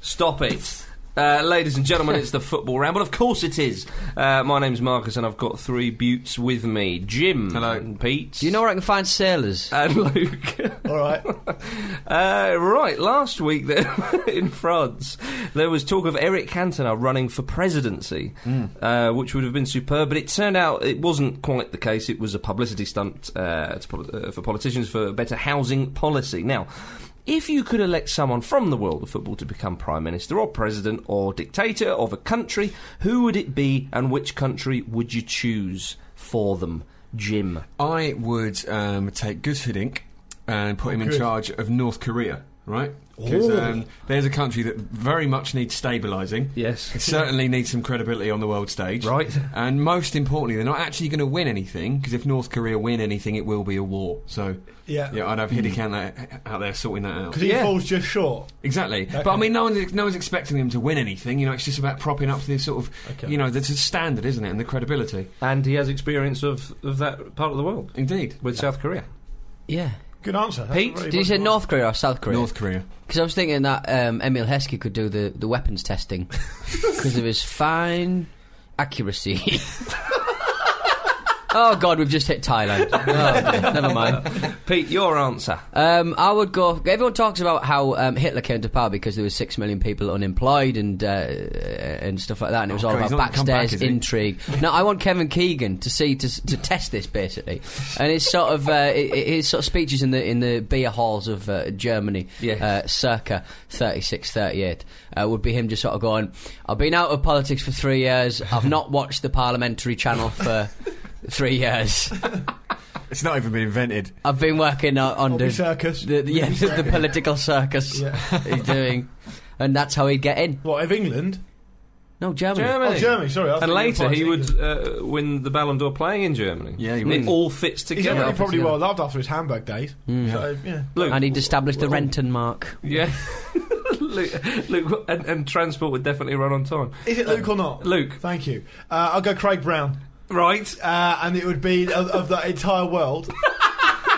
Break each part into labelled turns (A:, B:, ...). A: Stop it. Uh, ladies and gentlemen, it's the football round. Well, of course it is. Uh, my name's Marcus, and I've got three buttes with me Jim.
B: Hello.
A: And Pete.
C: Do you know where I can find sailors?
A: And Luke.
D: All right.
A: Uh, right, last week there, in France, there was talk of Eric Cantona running for presidency, uh, which would have been superb, but it turned out it wasn't quite the case. It was a publicity stunt uh, to poli- uh, for politicians for better housing policy. Now, if you could elect someone from the world of football to become prime minister or president or dictator of a country, who would it be and which country would you choose for them? Jim.
B: I would um, take Gushiddink and put him in
D: good.
B: charge of North Korea, right? Because
A: Ooh.
B: um, there's a country that very much needs stabilising.
A: Yes.
B: It certainly needs some credibility on the world stage.
A: Right.
B: And most importantly, they're not actually going to win anything, because if North Korea win anything, it will be a war. So,
D: Yeah.
B: yeah I'd have Hiddekan there- out there sorting that out.
D: Because he
A: Yeah.
D: falls just short.
B: Exactly, but I mean, no one's no one's expecting them to win anything. You know, it's just about propping up the sort of,
D: Okay.
B: you know, the the standard, isn't it, and the credibility.
A: And he has experience of, of that part of the world
B: Indeed,
A: with South Korea.
C: Yeah.
D: Good answer. That's
A: Pete,
D: really
C: Did you
D: what
C: say
D: I-
C: North Korea or South Korea?
B: North Korea.
C: Because I was thinking that um, Emil Heskey could do the, the weapons testing because of his fine accuracy. oh God, we've just hit Thailand. Oh, dear. never mind.
A: Pete, your answer.
C: Um, I would go. Everyone talks about how um, Hitler came to power because there was six million people unemployed and uh, and stuff like that, and it was
B: Oh,
C: all
B: God, he's
C: about
B: not come back,
C: backstairs
B: is he?
C: intrigue. no, I want Kevin Keegan to see to, to test this basically, and his sort of uh, his sort of speeches in the in the beer halls of uh, Germany,
A: Yes.
C: uh, circa 36, 38, uh, would be him just sort of going, "I've been out of politics for three years. I've not watched the parliamentary channel for." Three years.
B: It's not even been invented.
C: I've been working uh, on
D: Bobby
C: the
D: Circus.
C: the, the, yeah, the, the political circus
D: Yeah.
C: he's doing. And that's how he'd get in.
D: What, of England?
C: No, Germany.
D: Oh, Germany, sorry. I was
A: And
D: thinking
A: later
D: of
A: he
D: France,
A: would uh, win the Ballon d'Or playing in Germany.
B: Yeah, he
A: And It
B: would.
A: all fits
D: He's
A: together.
D: already probably
C: together.
D: well loved after his Hamburg days. So, yeah.
A: Luke,
C: And he'd established the Renton mark.
A: yeah. Luke, Luke and, and transport would definitely run on time.
D: Is it Luke or not?
A: Luke.
D: Thank you. Uh, I'll go Craig Brown.
A: Right.
D: Uh, and it would be of, of the entire world.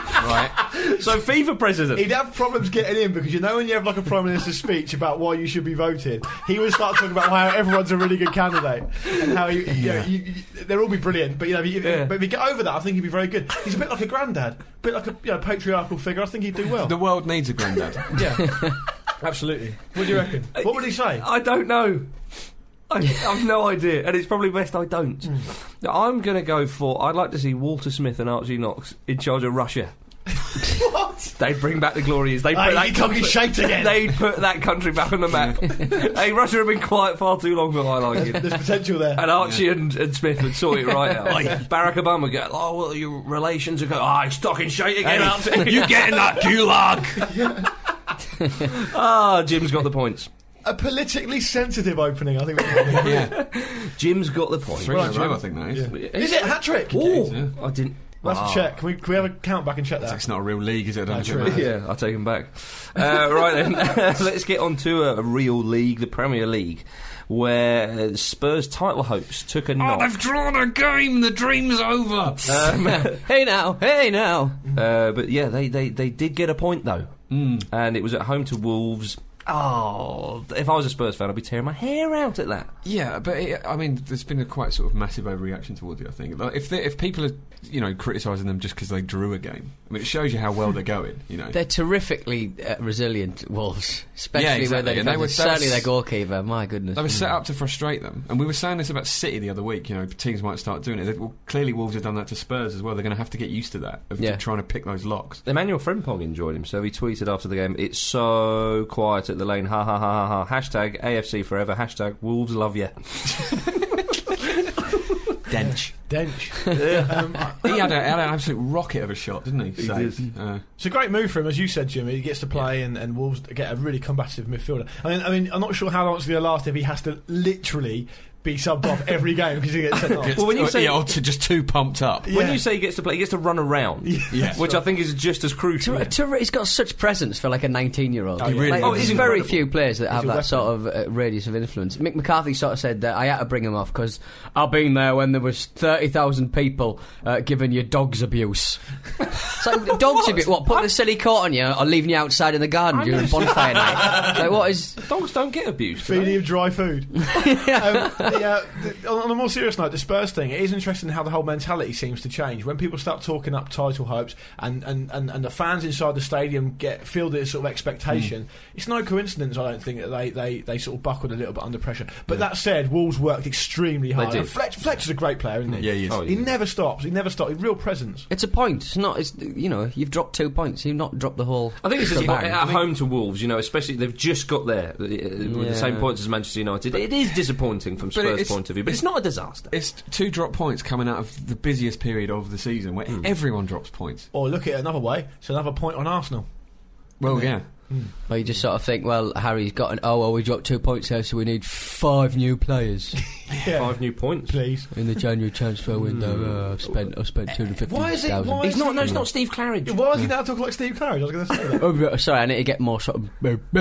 A: So FIFA president.
D: He'd have problems getting in because you know when you have like a prime minister's speech about why you should be voted, he would start talking about how everyone's a really good candidate and how you, you, know, you, you- they'll all be brilliant. But you know, if you,
A: Yeah.
D: but if you get over that, I think he'd be very good. He's a bit like a granddad, a bit like a you know, patriarchal figure. I think he'd do well.
B: The world needs a granddad.
D: yeah, absolutely. What do you reckon? What would he say?
A: I don't know. I, I've no idea, and it's probably best I don't. Now, I'm going to go for. I'd like to see Walter Smith and Archie Knox in charge of Russia.
D: What?
A: They'd bring back the glories. They put
D: Hey,
A: that
D: you're talking
A: country-
D: shaped again.
A: They'd put that country back on the map. hey, Russia have been quiet far too long for my liking.
D: There's potential there.
A: And Archie and, and Smith would sort it right out. Barack Obama would go, oh, well, your relations are going, oh, it's talking shit again. Archie."
B: you get in that gulag?
A: Ah, Jim's got the points.
D: A politically sensitive opening. I think. That's what
B: yeah,
A: Jim's got the points.
B: three in a row, I think that is.
D: yeah. Is it hat trick?
A: Oh,
B: Yeah.
A: I didn't.
D: Let's
A: Ah.
D: check. Can we, can we have a count back and check that?
B: That's not a real league, is it? I don't
D: That's
B: think it
D: true.
B: matters.
A: Yeah, I'll take him back. Uh, right then, let's get on to a, a real league, the Premier League, where uh, Spurs title hopes took a
B: Oh,
A: knock.
B: they've drawn a game. The dream's over.
D: Uh.
A: Um,
C: Hey now, hey now.
A: Hmm. Uh, but yeah, they, they, they did get a point though, and it was at home to Wolves. oh, if I was a Spurs fan, I'd be tearing my hair out at that.
B: Yeah, but it, I mean, there's been a quite sort of massive overreaction towards it. I think like, if they, if people are you know criticising them just because they drew a game, I mean, it shows you how well they're going. You know,
C: They're terrifically uh, resilient Wolves, especially where
B: exactly,
C: they,
B: and they were- that
C: certainly
B: was-
C: their goalkeeper. My goodness,
B: they were
D: Mm.
B: set up to frustrate them, and we were saying this about City the other week. You know, teams might start doing it. They- well, clearly, Wolves have done that to Spurs as well. They're going to have to get used to that of
C: Yeah.
B: trying to pick those locks.
A: Emmanuel Frimpong enjoyed himself. He tweeted after the game, "It's so quiet at the lane. Ha ha ha ha ha. Hashtag AFC forever. Hashtag Wolves love you."
C: Mm.
B: Dench.
D: Dench. um,
B: he had, a, had an absolute rocket of a shot, didn't he?
A: He did.
B: Uh,
D: It's a great move for him, as you said, Jimmy. He gets to play, and, and Wolves get a really combative midfielder. I mean, I mean, I'm not sure how long it's going to last if he has to literally be subbed off every game because he gets sent off.
B: just-
A: Well, when you
B: uh,
A: say-
B: yeah, or to just too pumped up.
D: Yeah.
A: When you say he gets to play, he gets to run around,
B: Yeah.
A: which I think is just as crucial.
C: Ter- Ter- he's got such presence for like a 19 year old.
D: Oh, He yeah.
B: really
C: like,
B: is.
C: there's
A: He's
C: very
A: incredible.
C: few players that have
D: a
C: that
D: weapon.
C: sort of uh, radius of influence. Mick McCarthy sort of said that I had to bring him off because I've been there when there was 30,000 people uh, giving you dogs abuse. it's like dogs abuse. What? Putting a silly coat on you or leaving you outside in the garden during bonfire night? Like what is?
A: Dogs don't get abused. do they?
D: Feeding him dry food. um, the, uh, the, on on a more serious note, the Spurs thing, it is interesting how the whole mentality seems to change. When people start talking up title hopes and, and, and, and the fans inside the stadium get feel this sort of expectation, it's no coincidence, I don't think, that they, they, they sort of buckled a little bit under pressure. But that said, Wolves worked extremely hard.
A: did.
D: And Fletch, Fletch is a great player, isn't he?
B: Yeah, he is. Oh,
D: he never stops. He never stops. He's real presence.
C: It's a point. It's not. It's you know. You've dropped two points. You've not dropped the whole.
A: I think it's just
C: shebang.
A: at home to Wolves, you know, especially they've just got there uh, with
C: Yeah.
A: the same points as Manchester United. it is disappointing from
B: But
A: Spurs'
B: it's-
A: point of view, but it's not a disaster.
B: It's two drop points coming out of the busiest period of the season where everyone drops points.
D: Or look at it another way, it's another point on Arsenal.
B: Well, yeah.
C: Well, you just sort of think, well, Harry's got an. Oh, well, we dropped two points here, so we need five new players
D: Yeah.
A: Five new points.
D: Please.
C: in the January transfer window. Uh, I've spent, I've spent two hundred fifty
D: Eh, Why is it-
C: thousand.
D: why-
A: He's not. No, it's not Steve Claridge.
D: Why is he now talking like Steve Claridge? I was going to say that.
C: Oh, but- sorry, I need to get more sort of.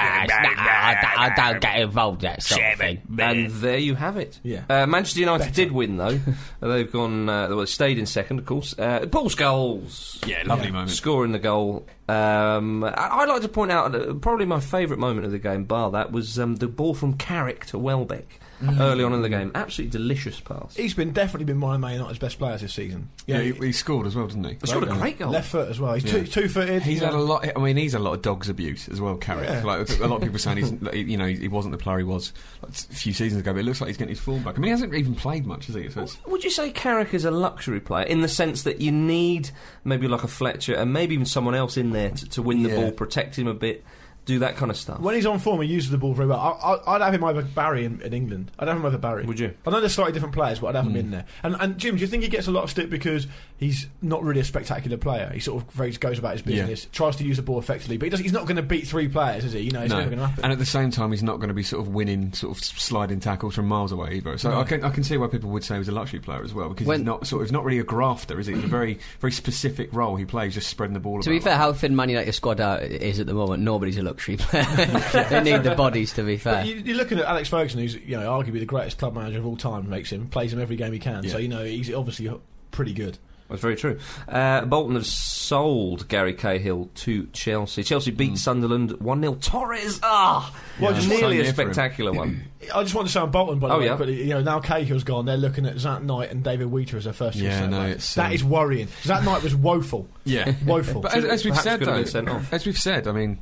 C: I don't get involved that sort of thing.
A: And there you have it.
D: Yeah.
A: Uh, Manchester United did win though. Uh, They've gone. Uh, well, they stayed in second, of course. Uh, Paul Scholes
B: Yeah, lovely moment.
A: scoring the goal. Um, I- I'd like to point out uh, probably my favourite moment of the game, bar that, was um, the ball from Carrick to Welbeck early on in the game. Absolutely delicious pass.
D: He's been definitely been one of Man United's best players this season.
B: Yeah, he, he scored as well, didn't he?
A: It's got a great goal.
D: Left foot as well. He's
B: Yeah.
D: two two footed.
B: He's had a lot. I mean, he's had a lot of dogs abuse as well, Carrick.
D: Yeah.
B: Like a lot of people saying he's, like, you know, he wasn't the player he was like, a few seasons ago. But it looks like he's getting his form back. I mean, he hasn't even played much, has he? So it's,
A: Would you say Carrick is a luxury player in the sense that you need maybe like a Fletcher and maybe even someone else in there to, to win the
B: Yeah.
A: ball, protect him a bit, do that kind of stuff?
D: When he's on form, he uses the ball very well. I, I, I'd have him over Barry in, in England. I'd have him over Barry.
A: Would you?
D: I know they're slightly different players, but I'd
B: Hmm.
D: have him in there. And, and Jim, do you think he gets a lot of stick because he's not really a spectacular player? He sort of very- goes about his
B: Yeah.
D: business, tries to use the ball effectively, but he doesn't, he's not going to beat three players, is he? You know, it's
B: no.
D: never going to happen.
B: And at the same time, he's not going to be sort of winning, sort of sliding tackles from miles away either. So I can I can see why people would say he was a luxury player as well because
C: When-
B: he's not sort of he's not really a grafter, is he? It's a very very specific role he plays, just spreading the ball.
C: To be
B: about
C: fair, how thin Man United squad are, is at the moment, nobody's a luxury player. they need the bodies, to be fair.
B: uh,
D: But you, you're looking at Alex Ferguson, who's you know arguably the greatest club manager of all time. Makes him plays him every game he can.
B: Yeah.
D: So you know he's obviously pretty good.
A: That's very true. Uh, Bolton have sold Gary Cahill to Chelsea. Chelsea beat Sunderland 1 0. Torres, ah!
D: Well,
A: just
D: just
A: nearly
B: so
A: a
B: near for him.
A: spectacular one.
D: I just want to say on Bolton, by the
A: Oh,
D: way,
A: yeah.
D: but you know now Cahill's gone. They're looking at Zat Knight and David Wheater as their first choice.
B: Yeah,
D: centre
B: no,
D: backs.
B: it's,
D: that
B: um,
D: is worrying. Zat Knight was woeful,
B: Yeah.
D: woeful.
B: But as, as we've
A: Perhaps
B: said,
A: could have
B: though,
A: been sent off.
B: as we've said, I mean,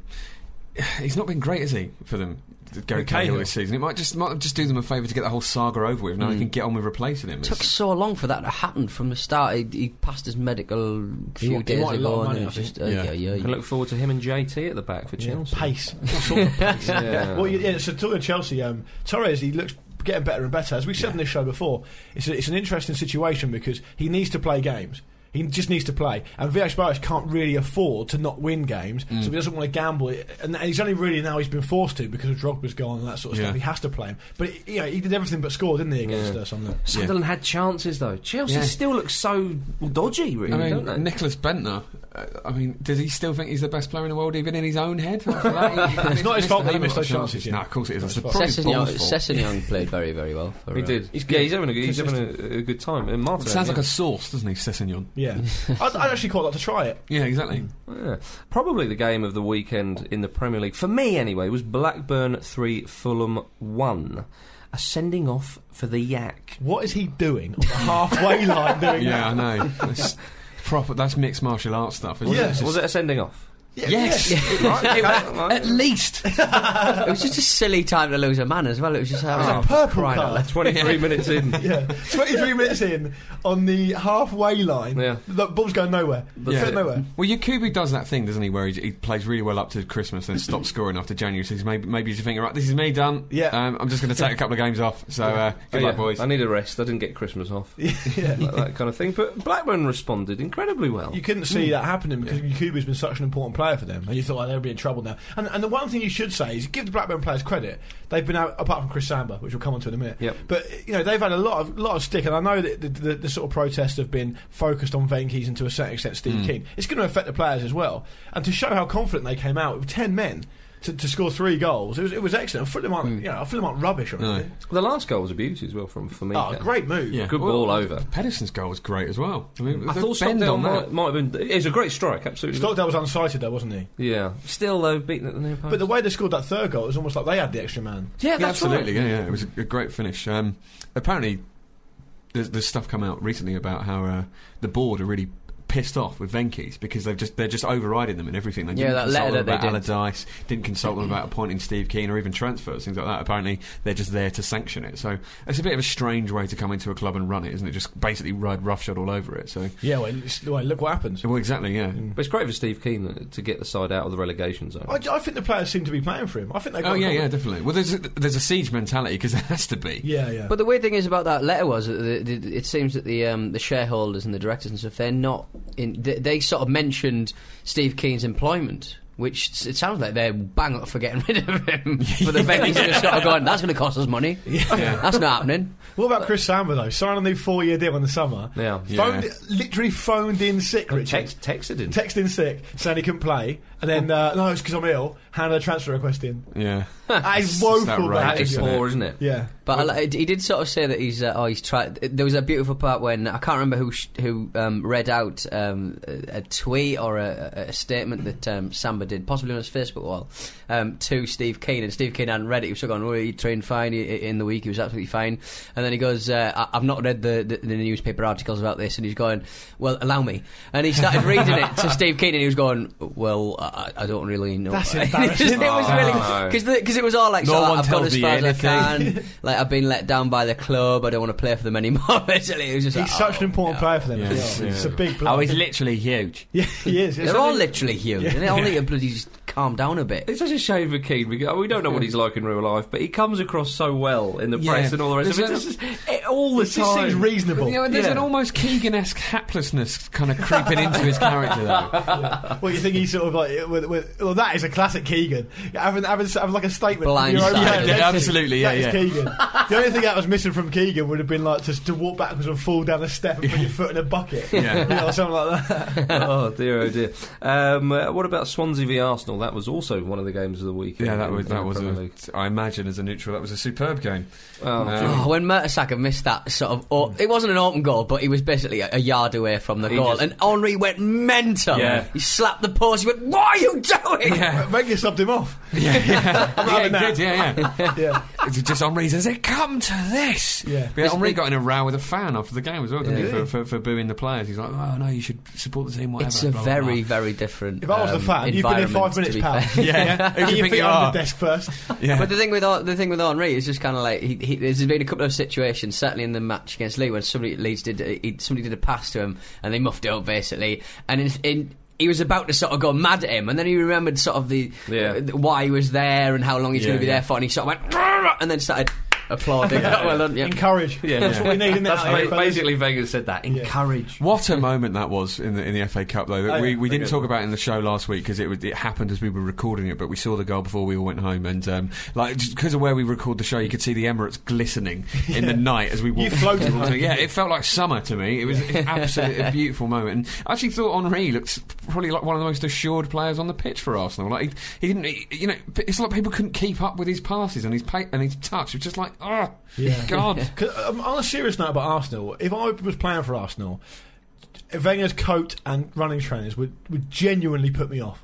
B: he's not been great, has he, for them? Gary
D: Cahill.
B: Cahill this season. It might just might just do them a favour to get the whole saga over with. Now they can get on with replacing him.
C: It Mm. took
B: It's-
C: so long for that to happen from the start. He, he passed his medical a
D: He
C: few
D: wa- he
C: days
D: wanted a lot of
C: ago, and
D: money,
C: it was
D: I think.
C: just. Uh,
B: Yeah.
C: yeah, yeah,
A: You can look forward to him and JT at the back for
D: Yeah,
A: Chelsea.
D: pace. What sort of pace?
A: Yeah.
D: Well, yeah. So talking of Chelsea, um, Torres he looks getting better and better. As we said on this show before, it's a, it's an interesting situation because he needs to play games. He just needs to play, and VH Barrett can't really afford to not win games,
B: Mm.
D: so he doesn't want to gamble. And, and he's only really now he's been forced to because of Drogba's gone and that sort of
B: Yeah.
D: stuff. He has to play him, but it, you know, he did everything but score, didn't he, against uh, us on that?
A: Sunderland had chances, though. Chelsea
B: Yeah.
A: still look so dodgy, really,
B: I
A: don't they?
B: mean, Nicholas Bentner uh, I mean, does he still think he's the best player in the world, even in his own head? After that, he-
D: It's not his
B: missed
D: fault that he
B: a hell of a
D: missed
B: lot
D: those
B: of
D: chances, you
B: No,
D: know.
B: of course it is. It's
D: That's
B: probably
D: fine.
B: Ball's
C: Sessegnon,
B: fault.
C: Sessegnon played very, very well. For,
A: He
C: uh,
A: did.
D: He's
A: yeah,
D: good.
A: he's having a good, he's having a, a good time. And Martin,
B: Sounds
A: yeah.
B: like a sauce, doesn't he, Sessegnon?
D: Yeah, I'd, I'd actually quite like to try it.
B: Yeah, exactly.
D: Hmm.
A: Yeah. Probably the game of the weekend in the Premier League, for me anyway, was Blackburn 3, Fulham 1. A sending off for the Yak.
D: What is he doing on the halfway line? Doing
B: Yeah, I know. That's proper. That's mixed martial arts stuff. Isn't
D: Yeah.
B: it? It's
A: Was
B: just-
A: it a sending off?
D: that?
B: Yes.
A: Right, okay,
C: At
A: right.
C: least. it was just a silly time to lose a man as well. It was just
D: It's
C: oh,
D: a purple
C: crying out
D: card.
C: loud.
A: 23 minutes in.
D: Yeah, 23 minutes in on the halfway line.
A: Yeah.
D: The ball's going nowhere.
B: Yeah.
D: Fit nowhere.
B: Well, Yakubu does that thing, doesn't he, where he, he plays really well up to Christmas, then stops scoring after January. So he's maybe, maybe he's thinking, right, this is me done.
D: Yeah.
B: Um, I'm just going to take a couple of games off. So uh,
A: Oh,
B: good
A: yeah.
B: luck, boys.
A: I need a rest. I didn't get Christmas off.
D: Yeah.
A: Like that kind of thing. But Blackburn responded incredibly well.
D: You couldn't
A: Hmm.
D: see that happening because Yakubu's been such an important player for them, and you thought oh, they'll be in trouble now. And, and the one thing you should say is give the Blackburn players credit. They've been out, apart from Chris Samba, which we'll come on to in a minute.
A: Yep.
D: But you know they've had a lot of lot of stick, and I know that the, the, the sort of protests have been focused on Venke's and to a certain extent Steve
A: Hmm.
D: Keane. It's going to affect the players as well. And to show how confident they came out with ten men to, to score three goals, it was, it was excellent. Fulham aren't
A: Hmm.
D: you know Fulham aren't rubbish or
B: No.
D: anything.
A: The last goal was a beauty as well from for me.
D: Oh, great move.
B: Yeah.
A: Good
B: Well,
A: ball over.
B: Pedersen's goal was great as well. I, mean,
A: I
B: the
A: thought
B: bend
A: Stockdale
B: on that.
A: might, might have been. It's a great strike, absolutely.
D: Stockdale was unsighted though, wasn't he?
A: yeah. Still though, beaten at the near post.
D: But the way they scored that third goal, it was almost like they had the extra man.
A: yeah,
B: Yeah,
A: that's
B: absolutely.
A: Right.
B: Yeah, yeah. It was a, a great finish. Um, apparently, there's, there's stuff come out recently about how uh, the board are really pissed off with Venky's because they've just they're just overriding them and everything. They
C: Yeah,
B: didn't
C: that
B: consult
C: letter
B: them
C: that
B: about
C: they did.
B: Allardyce, didn't consult them about appointing Steve Keane or even transfers, things like that. Apparently, they're just there to sanction it. So it's a bit of a strange way to come into a club and run it, isn't it? Just basically ride roughshod all over it. So
D: Yeah, well, it's- well, look what happens.
B: well, exactly. Yeah.
C: Mm.
A: But it's great for Steve Keane to get the side out of the relegation zone.
D: I, I think the players seem to be playing for him. I think they.
B: Oh yeah, yeah, definitely. Well, there's a, there's a siege mentality because there has to be.
D: yeah, yeah.
C: But the weird thing is about that letter was that the, the, it seems that the um, the shareholders and the directors and stuff they're not in. They, they sort of mentioned Steve Keane's employment. Which s- it sounds like they're bang up for getting rid of him. But the Venkies are just sort of going, that's going to cost us money. That's not happening.
D: what about Chris Samba though? Signed a new four-year deal in the summer.
A: Yeah.
D: Phoned,
B: Yeah.
D: literally phoned in sick. Richard.
A: Text, texted him.
D: Text in sick, saying he couldn't play, and then uh, no, it's because I'm ill. Handed a transfer request in.
B: Yeah.
D: That is
B: just
D: woeful.
B: outrageous,
D: that
A: that
D: is.
A: is
B: isn't it?
A: poor, isn't it?
D: Yeah.
C: But I li- he did sort of say that he's uh, oh he's tried. There was a beautiful part when I can't remember who sh- who um, read out um, a a tweet or a, a a statement that um, Samba did, possibly on his Facebook wall, um, to Steve Keane, and Steve Keane hadn't read it. He was still going, "Oh, he trained fine i- in the week. He was absolutely fine." And then he goes, uh, I- "I've not read the, the the newspaper articles about this," and he's going, "Well, allow me." And he started reading it to Steve Keane, and he was going, "Well, I, I don't really know."
D: That's
C: It
D: embarrassing.
C: was
A: Oh, no.
C: really because it was all like
B: No
C: so, like,
B: one
C: I've gone
B: tells
C: as
B: me
C: far as I
B: anything.
C: can. like I've been let down by the club. I don't want to play for them anymore. Basically, it was just
D: He's
C: like,
D: such an
C: oh.
D: important player for them.
B: Yeah.
D: as well.
B: Yeah.
D: It's a big player.
B: Oh, he's literally huge.
D: yeah, he is.
C: They're all literally human. They all need to bloody just calm down a bit.
A: It's such a shame for Keane because we don't know what he's like in real life, but he comes across so well in the
B: Yeah.
A: press and all the rest of it.
B: There's
A: It's just- it- all the
D: This just
A: time.
D: seems reasonable.
B: You know, there's
A: Yeah.
B: an almost Keegan-esque haplessness kind of creeping into his character, though.
D: Well, you think he's sort of like with, with, well, that is a classic Keegan. Having, having, having like a statement.
C: Blindsided.
D: Your own
C: Yeah,
D: player,
B: yeah,
D: that's it.
B: absolutely, yeah,
D: That is Keegan. the only thing that was missing from Keegan would have been like just to walk backwards and fall down a step and put your foot in a bucket,
B: Yeah.
D: you know, or something like that.
A: oh dear, oh dear. Um, uh, what about Swansea v Arsenal? That was also one of the games of the weekend.
B: Yeah, that
A: in-
B: was
A: in the
B: that was.
A: Premier
B: A,
A: League.
B: I imagine as a neutral, that was a superb game.
A: Oh,
C: Oh, when Mertesacker missed that sort of, oh, it wasn't an open goal, but he was basically a, a yard away from the
A: He
C: goal,
A: just-
C: and Henri went mental.
B: Yeah.
C: He slapped the post. He went, "What are you doing?"
D: Wenger subbed him off.
B: yeah, yeah, yeah,
D: having
B: he
D: that.
B: did, yeah, yeah.
D: Yeah,
B: It's just Henri says it come to this.
D: Yeah.
B: but Henri got in a row with a fan after the game as well, didn't
D: Yeah.
B: he? For, for, for booing the players, he's like, "Oh no, you should support the team." Whatever.
C: It's a
B: blah, blah, blah."
C: very, very different.
D: if I was the
C: um,
D: fan, you've been here
C: environment,
D: five
C: to
D: minutes,
C: be
D: pal.
C: fair.
B: Yeah. Who do
D: Get
B: you
D: your
B: think
D: feet
B: you
D: under
B: are?
D: the desk first.
B: Yeah.
C: But the thing with Ar- the thing with Henri is just kind of like he, he, there's been a couple of situations, certainly in the match against Lee, when somebody at Leeds did he, somebody did a pass to him and they muffed it up basically, and in, in, he was about to sort of go mad at him, and then he remembered sort of the
A: Yeah.
C: uh, why he was there and how long he's
B: Yeah,
C: going to be
B: yeah.
C: there for, and he sort of went "Rrrr," and then started applauding. well done. Yeah.
D: Encourage.
A: Yeah.
D: That's what we need in
A: That's
D: that.
A: ba- basically Vegas said that. Encourage.
B: What a moment that was in the in the FA Cup, though. That
D: Oh, yeah,
B: we, we
D: very
B: didn't
D: good.
B: talk about it in the show last week because it was, it happened as we were recording it, but we saw the goal before we all went home, and um, like because of where we record the show, you could see the Emirates glistening in the night as we walked.
D: floated
B: So, yeah, it felt like summer to me. It was absolutely a beautiful moment. And I actually thought Henri looked probably like one of the most assured players on the pitch for Arsenal. Like he, he didn't, he- you know, it's like people couldn't keep up with his passes and his pa- and his touch. It was just like, oh,
D: Yeah.
B: God.
D: 'Cause, um, on a serious note about Arsenal, if I was playing for Arsenal, Wenger's coat and running trainers would, would genuinely put me off.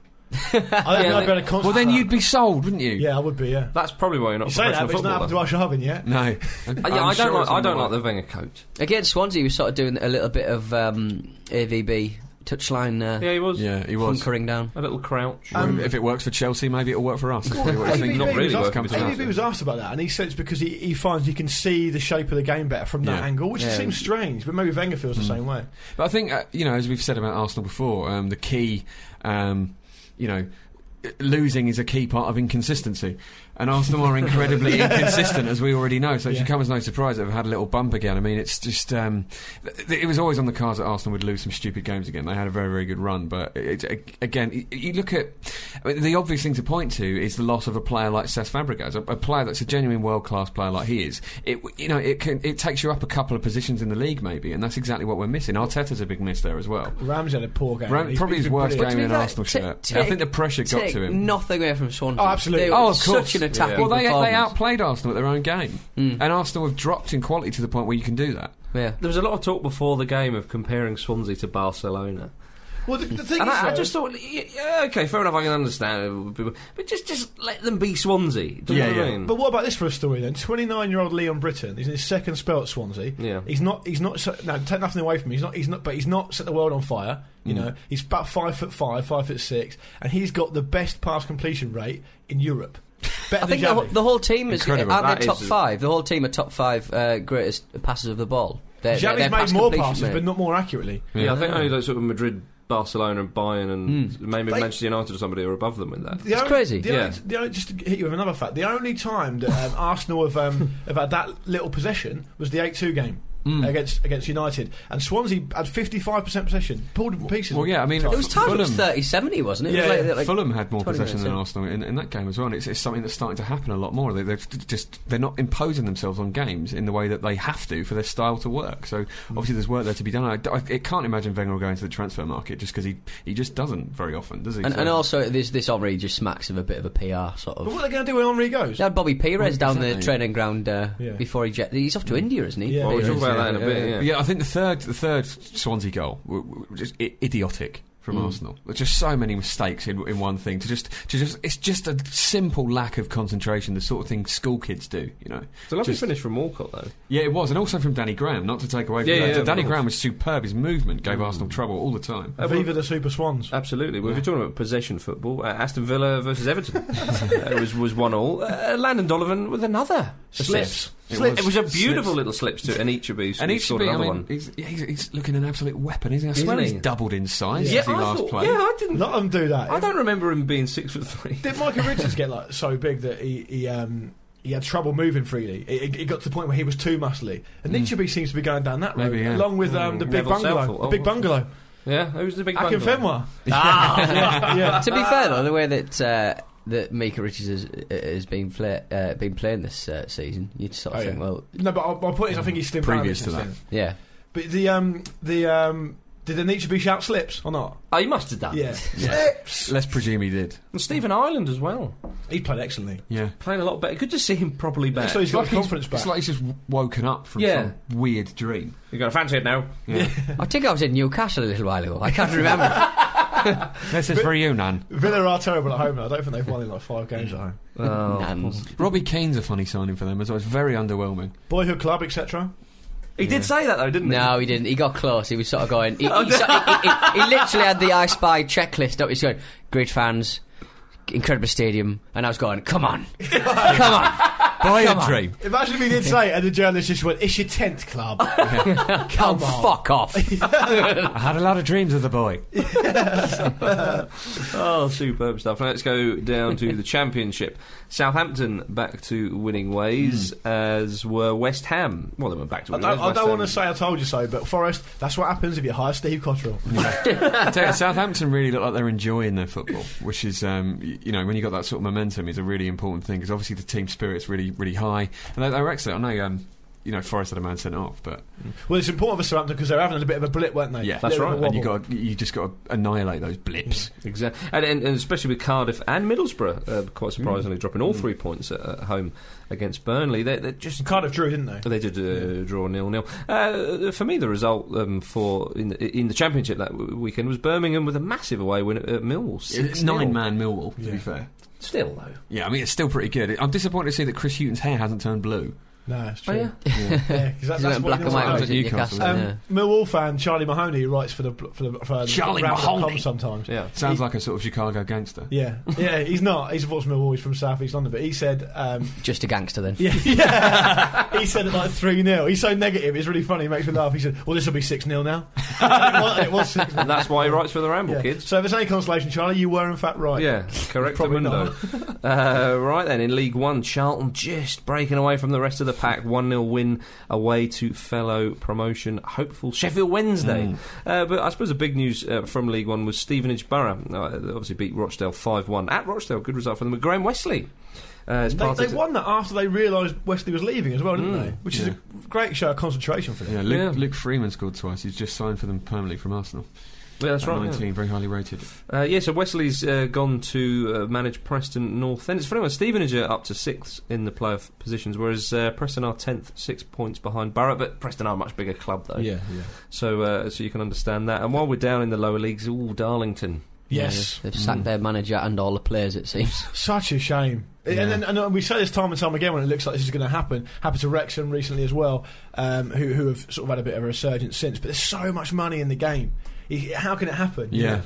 D: I don't think I'd be able to
B: Well,
D: concentrate.
B: then you'd be sold, wouldn't you?
D: Yeah, I would be. Yeah.
A: That's probably why you're not a
D: You say that,
A: professional
D: but it's not
A: footballer.
D: happened to Ash Harvin yet.
B: No, I,
A: Uh, yeah, I don't. like, I don't like the Wenger coat.
C: Against Swansea, he was sort of doing a little bit of um, AVB touchline uh,
A: Yeah, he was.
B: Yeah, he was.
C: hunkering down.
A: A little crouch.
D: Um,
B: if it works for Chelsea, maybe it'll work for us. Probably what
D: ABB
B: he's thinking.
A: Not really
D: was
A: working
D: asked-
A: with
D: ABB
A: Chelsea.
D: was asked about that, and he said it's because he, he finds you can see the shape of the game better from that
B: Yeah.
D: angle, which
C: Yeah.
D: seems strange, but maybe Wenger feels the same way.
B: But I think uh, you know, as we've said about Arsenal before, um, the key, um, you know. Losing is a key part of inconsistency, and Arsenal are incredibly inconsistent, as we already know. So it should
D: Yeah.
B: come as no surprise that they've had a little bump again. I mean, it's just um, th- th- it was always on the cards that Arsenal would lose some stupid games again. They had a very very good run, but it, it, again, y- you look at I mean, the obvious thing to point to is the loss of a player like Cesc Fabregas, a, a player that's a genuine world class player like he is. It you know it can it takes you up a couple of positions in the league maybe, and that's exactly what we're missing. Arteta's a big miss there as well.
D: Ramsey had a poor game.
B: Ram-
D: He's-
B: probably
D: he's
B: his
D: been
B: worst
D: brilliant.
B: game in an
C: Take-
B: Arsenal shirt.
C: take-
B: I think the pressure got
C: Take
B: to him.
C: Nothing away from Swansea.
D: Oh, absolutely.
C: They were
B: Oh, of course.
C: such an attacking
B: Well, they, they
C: performance. Hmm.
B: outplayed Arsenal at their own game, and Arsenal have dropped in quality to the point where you can do that.
C: yeah.
A: There was a lot of talk before the game of comparing Swansea to Barcelona.
D: Well, the, the thing
A: And
D: is,
A: I, I
D: though-
A: just thought, y- yeah, okay, fair enough, I can understand. it would be- But just, just let them be Swansea. Do you
B: Yeah,
A: know what
B: yeah.
A: I mean?
D: But what about this for a story then? Twenty-nine-year-old Leon Britton. He's in his second spell at Swansea.
A: Yeah.
D: He's not. He's not. so- No, take nothing away from him. He's not. He's not. But he's not set the world on fire. You know. He's about five foot five, five foot six, and he's got the best pass completion rate in Europe. Better
C: I
D: than
C: think the, whole-
D: Xavi.
C: the whole team is
B: Incredible.
C: aren't
A: That
C: they top
A: is-
C: five. The whole team are top five uh, greatest passes of the ball. They're,
D: Xavi's
C: they're,
D: made more passes, but not more accurately.
A: yeah, I think only like sort of Madrid, Barcelona, and Bayern, and maybe
D: They-
A: Manchester United or somebody are above them with that.
D: The
C: It's
D: only-
C: crazy.
D: The
A: Yeah.
D: only, the only, just to hit you with another fact, the only time that um, Arsenal have, um, have had that little possession was the eight-two game. Against against United and Swansea had fifty five percent possession, pulled in pieces.
B: Well, yeah, I mean,
D: Time.
C: It was tight. It was
B: Fulham.
C: 30 70, wasn't it? it
D: Yeah,
C: was
D: yeah.
C: like, like,
B: Fulham had more
C: 20
B: possession
C: minutes
B: than Arsenal
C: in.
B: in, in that game as well. And it's, it's something that's starting to happen a lot more. They, they're just they're not imposing themselves on games in the way that they have to for their style to work. So
C: Hmm.
B: obviously there's work there to be done. I, I, I can't imagine Wenger going to the transfer market just because he he just doesn't very often, does he?
C: And,
B: So-
C: and also, this this Omri just smacks of a bit of a PR sort
D: But
C: of.
D: what are they going to do when Henri goes?
C: They had Bobby Perez down the
B: Exactly.
C: training ground uh,
D: Yeah.
C: before he jet. He's off to India, isn't he?
D: Yeah.
A: Well, we'll talk
D: Yeah,
A: about that in a bit.
B: But
A: Yeah.
B: yeah, I think the third the third Swansea goal w- w- was just I- idiotic from
A: Mm.
B: Arsenal. There's just so many mistakes in, in one thing. To just to just it's just a simple lack of concentration. The sort of thing school kids do, you know.
A: It's a lovely
B: Just-
A: finish from Walcott, though.
B: Yeah, it was, and also from Danny Graham. Not to take away from
A: Yeah,
B: that,
A: yeah, of
B: Danny
A: course. Mm.
B: Graham was superb. His movement gave Arsenal trouble all the time.
A: Uh,
D: Viva the Super Swans.
A: Absolutely. Well, If you're talking about possession football, uh, Aston Villa versus Everton uh, was was one all. Uh, Landon Donovan with another slips.
B: It
A: Slip.
B: was
A: It was a beautiful
B: slips.
A: little slips to an Ichibu.
B: And
A: And
B: he should
A: scored
B: be. I
A: another
B: mean,
A: one.
B: he's, yeah, he's, he's looking an absolute weapon, isn't he? I
A: Isn't
B: swear he's
A: he?
B: doubled in size
A: yeah,
B: since he
A: I
B: last
A: thought,
B: played.
A: yeah, I didn't.
D: Let them do that.
A: I don't remember him being six foot three.
D: Did Michael Richards get like so big that he he, um, he had trouble moving freely? It, it- it got to the point where he was too muscly. And mm. seems to be going down that road,
B: Maybe, yeah. Mm.
D: along with um, the big
A: Neville
D: bungalow,
A: Southall.
D: the big
A: Oh,
D: bungalow,
A: Yeah, who's the big bungalow?
D: Akinfenwa. yeah.
C: to be fair, though, the way that uh, that Mika Richards has, has been, play, uh, been playing this uh, season, you'd sort of
D: Oh,
C: think,
D: yeah.
C: well,
D: No, but I- my point is, I think he's slimmed down
B: Previous
D: since
B: to that.
D: then.
C: yeah.
D: But the um the um did Anichibu shout slips or not?
A: Oh, he must have
B: Uh,
A: done.
D: Yeah, slips.
B: Let's presume he did.
A: And Stephen Ireland as well.
D: He played excellently.
B: Yeah.
A: Playing a lot better. Good to see him properly back.
D: So he's got his confidence
B: It's
D: back.
B: like he's just w- woken up from
A: Yeah.
B: some weird dream.
A: You're going to fancy it now.
C: I think I was in Newcastle a little while ago. I can't remember.
B: This is for you, Nan.
D: Villa are terrible at home. Now. I don't think they've won in like five games at home.
C: Oh, Nans.
B: Robbie Keane's a funny signing for them as well. It's very underwhelming.
D: Boyhood club, etc.
A: He did say that though, didn't he?
C: No, he didn't. He got close. He was sort of going. He,
D: Oh,
C: he, sort- he, he- he literally had the I Spy checklist up. He's going, great fans, incredible stadium, and I was going, come on, come on,
B: Buy a dream.
D: Imagine if he did say, it and the journalist just went, "It's your tent club."
C: Come
D: on.
C: Oh, fuck off.
B: I had a lot of dreams of the boy.
A: Oh, superb stuff. Now Let's go down to the championship. Southampton back to winning ways, as were West Ham. Well, they went back to
D: I
A: winning
D: don't,
A: ways.
D: I
A: West
D: don't want to
A: Ham-
D: say I told you so, but Forrest, that's what happens if you hire Steve Cottrell.
B: I tell you, Southampton really look like they're enjoying their football, which is, um, y- you know, when you got that sort of momentum, is a really important thing because obviously the team spirit's really, really high, and they, they were excellent. I know, um, you know, Forrest had a man sent off, but
D: well, it's important for Southampton because they're having a bit of a blip, weren't they?
B: yeah,
A: That's
D: Bit of a
A: right.
B: And you
D: wobble.
B: got, you just got to annihilate those blips.
A: Exactly, and, and, and especially with Cardiff and Middlesbrough, uh, quite surprisingly, dropping all three points at, at home against Burnley. They're, they're just
D: Cardiff drew, didn't they?
A: They did uh, draw nil nil. Uh, for me, the result um, for in the, in the championship that w- weekend was Birmingham with a massive away win at, at Millwall.
B: It's
A: 6-0.
B: nine man Millwall, to
D: Yeah.
B: be fair.
A: Still though.
B: Yeah, I mean, it's still pretty good. I'm disappointed to see that Chris Hewton's hair hasn't turned blue.
D: No, it's
A: Oh,
D: true.
A: yeah.
B: Yeah.
D: Yeah, 'cause that-
C: He
D: that's
C: went
D: what
C: black and
D: Millwall-
C: white
B: was
C: when
B: at
C: he was at
B: Newcastle,
C: Newcastle.
D: Um,
C: yeah.
D: Millwall fan Charlie Mahoney who writes for the for the for
B: Charlie
D: the Ramble.com
B: Mahoney.
D: sometimes.
A: Yeah.
B: Sounds like a sort of Chicago gangster.
D: Yeah, yeah, he's not. He supports Millwall. He's from South East London, but he said, um,
C: Just a gangster then.
D: yeah, yeah. he said it like three 0 He's so negative. It's really funny. It makes me laugh. He said, "Well, this will be six 0 now." And it was, it was 6-0.
A: And that's why he writes for the Ramble
D: Yeah.
A: kids.
D: So if there's any consolation, Charlie, you were in fact right.
A: Yeah, correct
D: Probably
A: window. uh, right then, in League One, Charlton just breaking away from the rest of the pack. 1 0 win away to fellow promotion hopeful Sheffield Wednesday.
D: Hmm.
A: Uh, but I suppose the big news uh, from League One was Stevenage Borough. Uh, they obviously beat Rochdale 5 1. At Rochdale, good result for them. But Graham Wesley. Uh, as
D: They,
A: part
D: they
A: of-
D: won that after they realised Wesley was leaving as well, didn't
A: Mm.
D: they? Which is
B: Yeah.
D: a great show of concentration for them.
B: Yeah, Luke,
A: Yeah.
B: Luke Freeman scored twice. He's just signed for them permanently from Arsenal.
A: yeah, that's
B: At
A: right. yeah.
B: 19, very highly rated.
A: Uh, yeah, so Wesley's uh, gone to uh, manage Preston North End. It's funny, when Stevenage are uh, up to sixth in the playoff positions, whereas uh, Preston are tenth, six points behind Barrett. But Preston are a much bigger club,
B: Uh,
A: though.
D: yeah.
A: So, uh, so you can understand that. And while we're down in the lower leagues, all Darlington.
D: Yes.
C: They've sacked their manager and all the players, it seems.
D: Such a shame. And, then, and we say this time and time again when it looks like this is going to happen. Happened to Wrexham recently as well, um, who, who have sort of had a bit of a resurgence since. But there's so much money in the game. Y- How can it happen? you
B: Yeah.
D: know?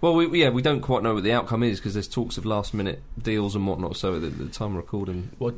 A: Well, we, yeah, we don't quite know what the outcome is because there's talks of last-minute deals and whatnot. So at the, the time of recording,
D: Well,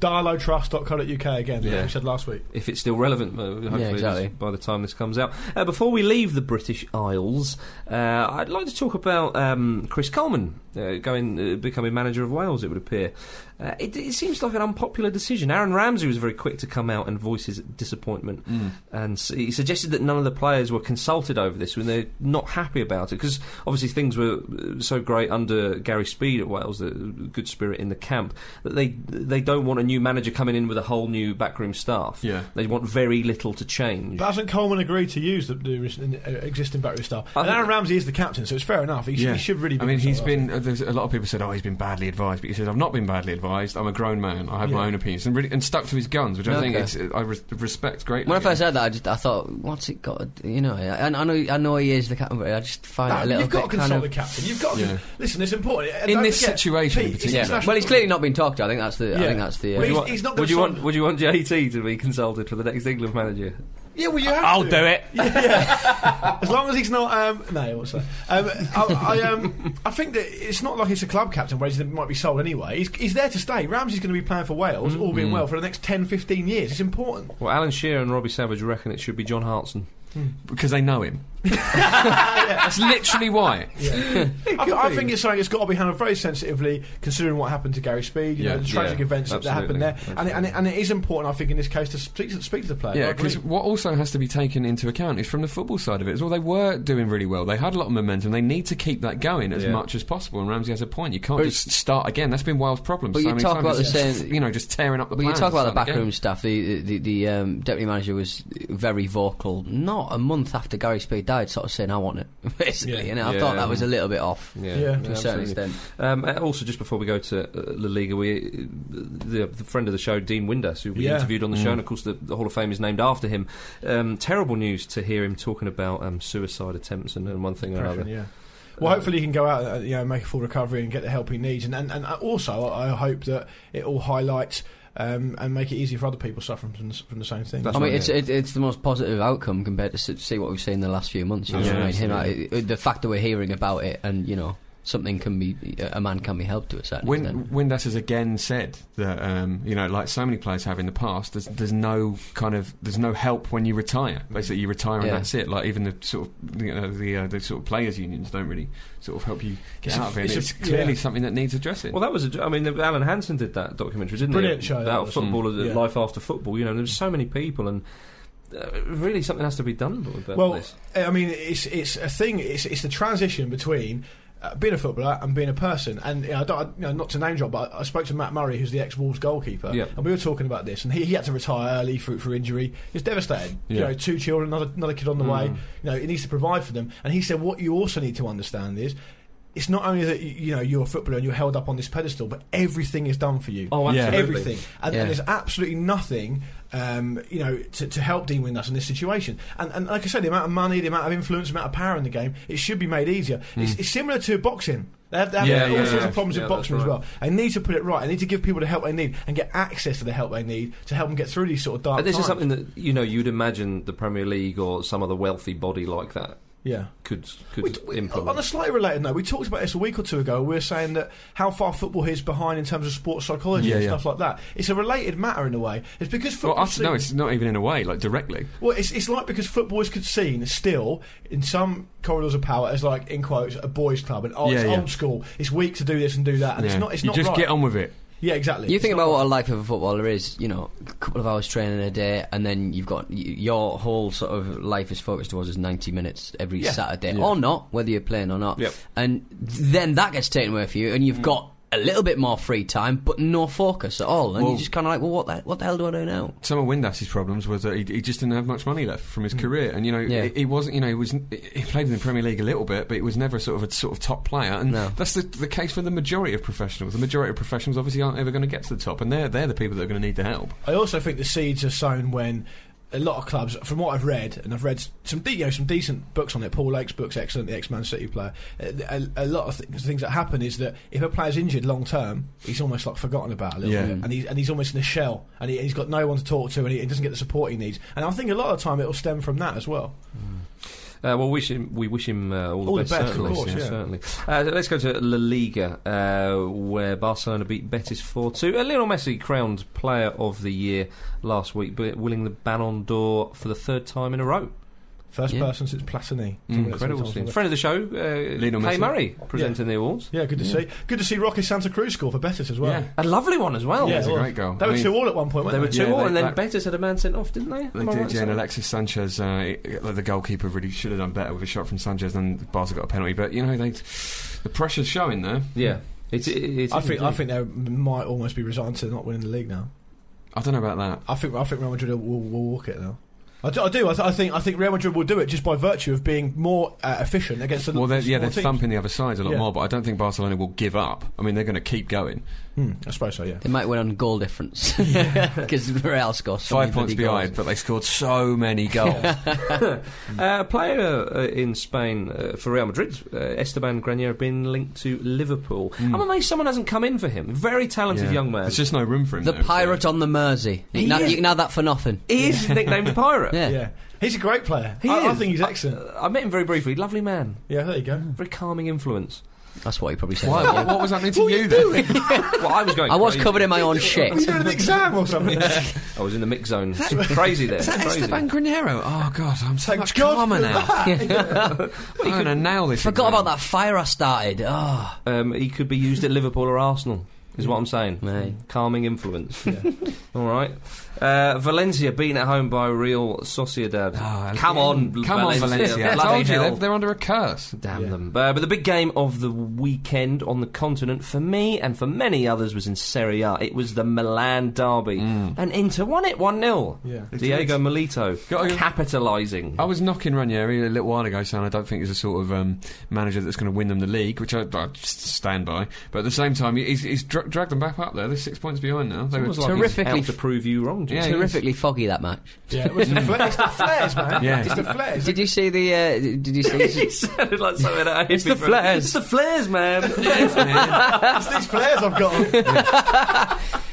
D: darlowtrust.co.uk again,
A: Yeah.
D: like we said last week.
A: if it's still relevant, uh, hopefully it is
C: exactly.
A: by the time this comes out. Uh, before we leave the British Isles, uh, I'd like to talk about um, Chris Coleman uh, going uh, becoming manager of Wales. It would appear. Uh, it, it seems like an unpopular decision. Aaron Ramsey was very quick to come out and voice his disappointment,
B: Mm.
A: and s- he suggested that none of the players were consulted over this when they're not happy about it because obviously things were uh, so great under Gary Speed at Wales, the good spirit in the camp that they they don't want a new manager coming in with a whole new backroom staff.
B: Yeah.
A: They want very little to change.
D: But hasn't Coleman agreed to use the, the recent- uh, existing battery staff?
A: I
D: And
A: think-
D: Aaron Ramsey is the captain, so it's fair enough. He, sh-
B: Yeah.
D: he should really. Be
B: I mean, he's
D: consulted.
B: been. uh, There's a lot of people said, "Oh, he's been badly advised," but he says, "I've not been badly advised. I'm a grown man. I have my
D: Yeah.
B: own opinions," and, really, and stuck to his guns, which I think
C: Okay.
B: it's, I res- respect greatly.
C: When I first heard that, I, just, I thought, what's it got? to do- You know, I, I know, I know he is the captain, but I just find it a
D: No,
C: little
D: you've
C: bit
D: got to
C: kind
D: consult
C: of.
D: the captain. You've got to,
B: Yeah.
D: listen. It's important And
B: In
D: don't
B: this
D: forget,
B: situation in
D: Pete, it's
B: particular.
C: yeah.
D: international
C: Well, he's clearly
D: football.
C: not been talked to. I think that's the. I
D: Yeah.
C: think that's the. Uh,
D: But
A: Would you
D: he's-
A: want-
D: he's not
A: would you
D: gonna
A: want
D: sign-
A: would you want JT to be consulted for the next England manager?
D: Yeah, well, you have
B: I'll
D: to.
B: do it.
D: Yeah, yeah. as long as he's not. Um, no, what's that? Um, I, I, um, I think that it's not like it's a club captain where he might be sold anyway. He's, he's there to stay. Ramsey's going to be playing for Wales, all being well, for the next 10, 15 years. It's important.
A: Well, Alan Shearer and Robbie Savage reckon it should be John Hartson.
B: because they know him. That's literally why.
D: I, I think it's something that's got to be handled very sensitively, considering what happened to Gary Speed, you
B: Yeah,
D: know, the tragic
A: yeah,
D: events that, that happened there.
A: absolutely,
D: And it, and, it, and it is important, I think, in this case, to speak to, speak to the player. I
B: Yeah,
D: agree.
B: because what also has to be taken into account is from the football side of it as well. They were doing really well. They had a lot of momentum. They need to keep that going as
A: Yeah.
B: much as possible. And Ramsey has a point. You can't
C: But
B: just start again. That's been Wales' problem.
C: But
B: so
C: you
B: many
C: talk
B: times.
C: about the
B: It's
C: same-
B: just, you know, just tearing up the.
C: But you
B: plans
C: talk
B: to
C: about the
B: start
C: backroom
B: again.
C: stuff. The the, the um, deputy manager was very vocal. Not a month after Gary Speed died, sort of saying, "I want it." Basically,
D: Yeah.
C: you know, I
A: Yeah.
C: thought that was a little bit off
A: Yeah,
D: Yeah.
C: to a certain
A: absolutely.
C: extent.
A: Um, uh, also, just before we go to uh, La Liga, we, uh, the, the friend of the show, Dean Windass, who we
D: Yeah. Mm.
A: interviewed on the show, and of course the, the Hall of Fame is named after him. Um, terrible news to hear him talking about um, suicide attempts and, and one thing or
D: Depression,
A: another.
D: yeah. Well, hopefully he can go out, uh, you know, make a full recovery and get the help he needs. And and, and also, I I hope that it all highlights um, and make it easier for other people suffering from, the s- from the same thing.
A: That's
C: I mean,
A: right,
C: it's it, it's the most positive outcome compared to s- see what we've seen in the last few months. You know
B: Yeah,
C: what I mean? Him,
B: absolutely.
C: uh, the fact that we're hearing about it, and you know, something can be a man can be helped to a certain
B: Win-
C: extent.
B: Windass has again said that um, you know, like so many players have in the past, there's, there's no kind of there's no help when you retire. Basically, you retire and
C: Yeah.
B: that's it. Like even the sort of you know, the uh, the sort of players unions don't really sort of help you get
D: It's a-
B: out of it.
D: it's
B: It's,
D: a-
B: clearly
D: yeah.
B: something that needs addressing.
A: Well, that was. A, I mean, Alan Hansen did that documentary, didn't
D: Brilliant
A: he?
D: show, that
A: about
D: was.
A: football,
D: Mm.
A: uh,
D: Yeah.
A: life after football. You know, there's so many people, and uh, really something has to be done about
D: Well,
A: this.
D: I mean, it's it's a thing. It's it's the transition between. Uh, being a footballer and being a person, and you know, I don't, you know, not to name drop, but I, I spoke to Matt Murray, who's the ex Wolves goalkeeper,
A: Yeah.
D: and we were talking about this. And he, he had to retire early for, for injury. He was devastated. You
B: Yeah.
D: know, two children, another another kid on
A: Mm.
D: the way. You know, he needs to provide for them. And he said, what you also need to understand is, it's not only that you, you know you're a footballer and you're held up on this pedestal, but everything is done for you
A: Oh,
B: Yeah.
A: absolutely.
D: everything. And,
C: Yeah.
D: and there's absolutely nothing, um, you know, to, to help deal with us in this situation. And, and like I said, the amount of money, the amount of influence, the amount of power in the game, it should be made easier. It's, it's similar to boxing. They have, they have
B: Yeah,
D: all
B: yeah,
D: sorts
B: yeah.
D: of problems
A: Yeah,
D: in
A: that's
D: boxing as
A: right.
D: well. They need to put it right. They need to give people the help they need and get access to the help they need to help them get through these sort of dark.
A: But this is
D: times.
A: something that you know you'd imagine the Premier League or some other wealthy body like that
D: yeah.
A: could could
D: We- we-
A: implement.
D: on a slightly related note, we talked about this a week or two ago. We were saying that how far football is behind in terms of sports psychology
B: Yeah,
D: and
B: yeah.
D: stuff like that. It's a related matter in a way. It's because
B: Well,
D: football.
B: us- no, it's not even in a way, like directly.
D: Well, it's, it's like because football is con- seen still in some corridors of power as like in quotes a boys' club and oh, it's
B: Yeah, yeah.
D: old school. It's weak to do this and do that, and
B: Yeah.
D: it's not. It's
B: you
D: not
B: just
D: right.
B: get on with it.
D: Yeah, exactly.
C: You
D: It's
C: think
D: not
C: about
D: right.
C: what a life of a footballer is. You know, a couple of hours training a day, and then you've got y- your whole sort of life is focused towards is ninety minutes every
D: Yeah.
C: Saturday
B: Yeah.
C: or not, whether you're playing or not.
A: Yep.
C: And then that gets taken away from you, and you've got a little bit more free time, but no focus at all. And
B: Well-
C: you're just kind of like, well, what the, what the hell do I do now?
B: some of Windass's problems was that he, he just didn't have much money left from
D: Mm.
B: his career, and you know
C: Yeah.
B: he, he wasn't. You know he was. He played in the Premier League a little bit, but he was never sort of a sort of top player, and
C: No.
B: that's the, the case for the majority of professionals. The majority of professionals obviously aren't ever going to get to the top, and they're they're the people that are going to need the help.
D: I also think the seeds are sown when a lot of clubs, from what I've read, and I've read some de- you know some decent books on it. Paul Lake's books, excellent, the ex-Man City player. uh, A, a- a lot of th- things that happen is that if a player's injured long term, he's almost like forgotten about a little
B: Yeah.
D: bit, and he's and he's almost in a shell, and he, he's got no one to talk to, and he, he doesn't get the support he needs. And I think a lot of the time it'll stem from that as well.
A: Uh, well, wish him, we wish him uh, all,
D: All the
A: best,
D: best, of
A: certainly.
D: course, yeah.
A: certainly. Uh, so let's go to La Liga, uh, where Barcelona beat Betis 4 2. Uh, Lionel Messi crowned Player of the Year last week, but winning the Ballon d'Or for the third time in a row.
D: First
C: Yeah.
D: person since Platini.
B: Mm,
A: Incredible scene. Friend of the show, uh,
B: Lionel
A: Kay
B: Messi.
A: Murray, presenting the awards.
D: Yeah, good to see. Good to see Rocky Santa Cruz score for Betis as well.
B: Yeah.
A: A lovely one as well.
D: Yeah,
B: That's a
D: well,
B: great goal.
D: They
B: I
D: were
B: mean-
D: two all at one point, weren't
A: They were
D: they?
A: two
B: Yeah,
A: all,
B: they-
A: and then
B: that-
A: Betis had a man sent off, didn't they? Am I
B: They did,
A: right
B: yeah. And
A: saying that?
B: Alexis Sanchez, uh, he- like the goalkeeper, really should have done better with a shot from Sanchez. Then Barca got a penalty, but you know they, the pressure's showing there.
A: Yeah. It's, it's,
D: I think I think they might almost be resigned to not winning the league now.
B: I don't know about that.
D: I think I think Real Madrid will, will walk it now. I do. I, do. I, th- I think I think Real Madrid will do it just by virtue of being more uh, efficient against the
B: Well, they're, yeah,
D: small
B: they're
D: teams.
B: thumping the other sides a lot
D: Yeah.
B: more, but I don't think Barcelona will give up. I mean, they're going to keep going.
D: Hmm, I suppose so. Yeah.
C: They might win on goal difference because Real scores so
B: Five
C: many
B: points
C: bloody goals.
B: behind, but they scored so many goals.
A: Uh, player uh, in Spain uh, for Real Madrid, uh, Esteban Granier, been linked to Liverpool. I'm amazed someone hasn't come in for him. Very talented
B: Yeah.
A: young man.
B: There's just no room for him.
C: The
B: though, so-
C: pirate on the Mersey. You
A: He
C: can, have,
A: is-
C: you can have that for nothing.
A: he is nicknamed the Pirate.
C: Yeah.
D: Yeah. He's a great player.
A: He
D: I, I
A: is. Uh,
D: think he's excellent.
A: I met him very briefly. Lovely man.
D: Yeah. There you go.
A: Very calming influence.
C: That's what he probably said.
B: Why, what, what was happening to you then?
A: well, I was going.
C: I was
A: crazy.
C: covered in my own
D: Are you
C: shit.
D: doing an exam or something?
A: I was in the mix zone. crazy there. crazy.
B: Esteban Granero. Oh God, I'm so
D: Thank
B: much
D: God
B: calmer
D: for
B: now. I'm going to nail this.
C: Forgot
B: exam.
C: about that fire I started. Oh,
A: Um, he could be used at Liverpool or Arsenal. Is what I'm saying.
C: Right.
A: Calming influence. All right. Uh, Valencia beaten at home by Real Sociedad.
B: Oh,
A: come on,
B: come on, Valencia! I
A: Bloody
B: told you
A: hell.
B: they're, they're under a curse.
A: Damn
D: Yeah.
A: them. Uh, but the big game of the weekend on the continent for me and for many others was in Serie A. It was the Milan derby.
B: Mm.
A: And Inter won it 1 0.
D: Yeah.
A: Diego Milito
B: Got Oh, to-
A: capitalising.
B: I was knocking Ranieri a little while ago, saying I don't think he's a sort of um, manager that's going to win them the league, which I, I just stand by. But at the same time, he- he's, he's dra- dragged them back up there. They're six points behind now. They
A: Almost like
B: were
A: he's
C: terrifically
A: out to prove you wrong, Jim.
B: Yeah, he is.
C: terrifically foggy that match.
D: Yeah. It was the fla- it's the flares, man.
B: Yeah.
D: It's the flares.
C: Did you see the? Uh, did you see?
A: It sounded like something that
C: It's the flares.
A: It's the flares, man.
D: It's these flares I've got. On.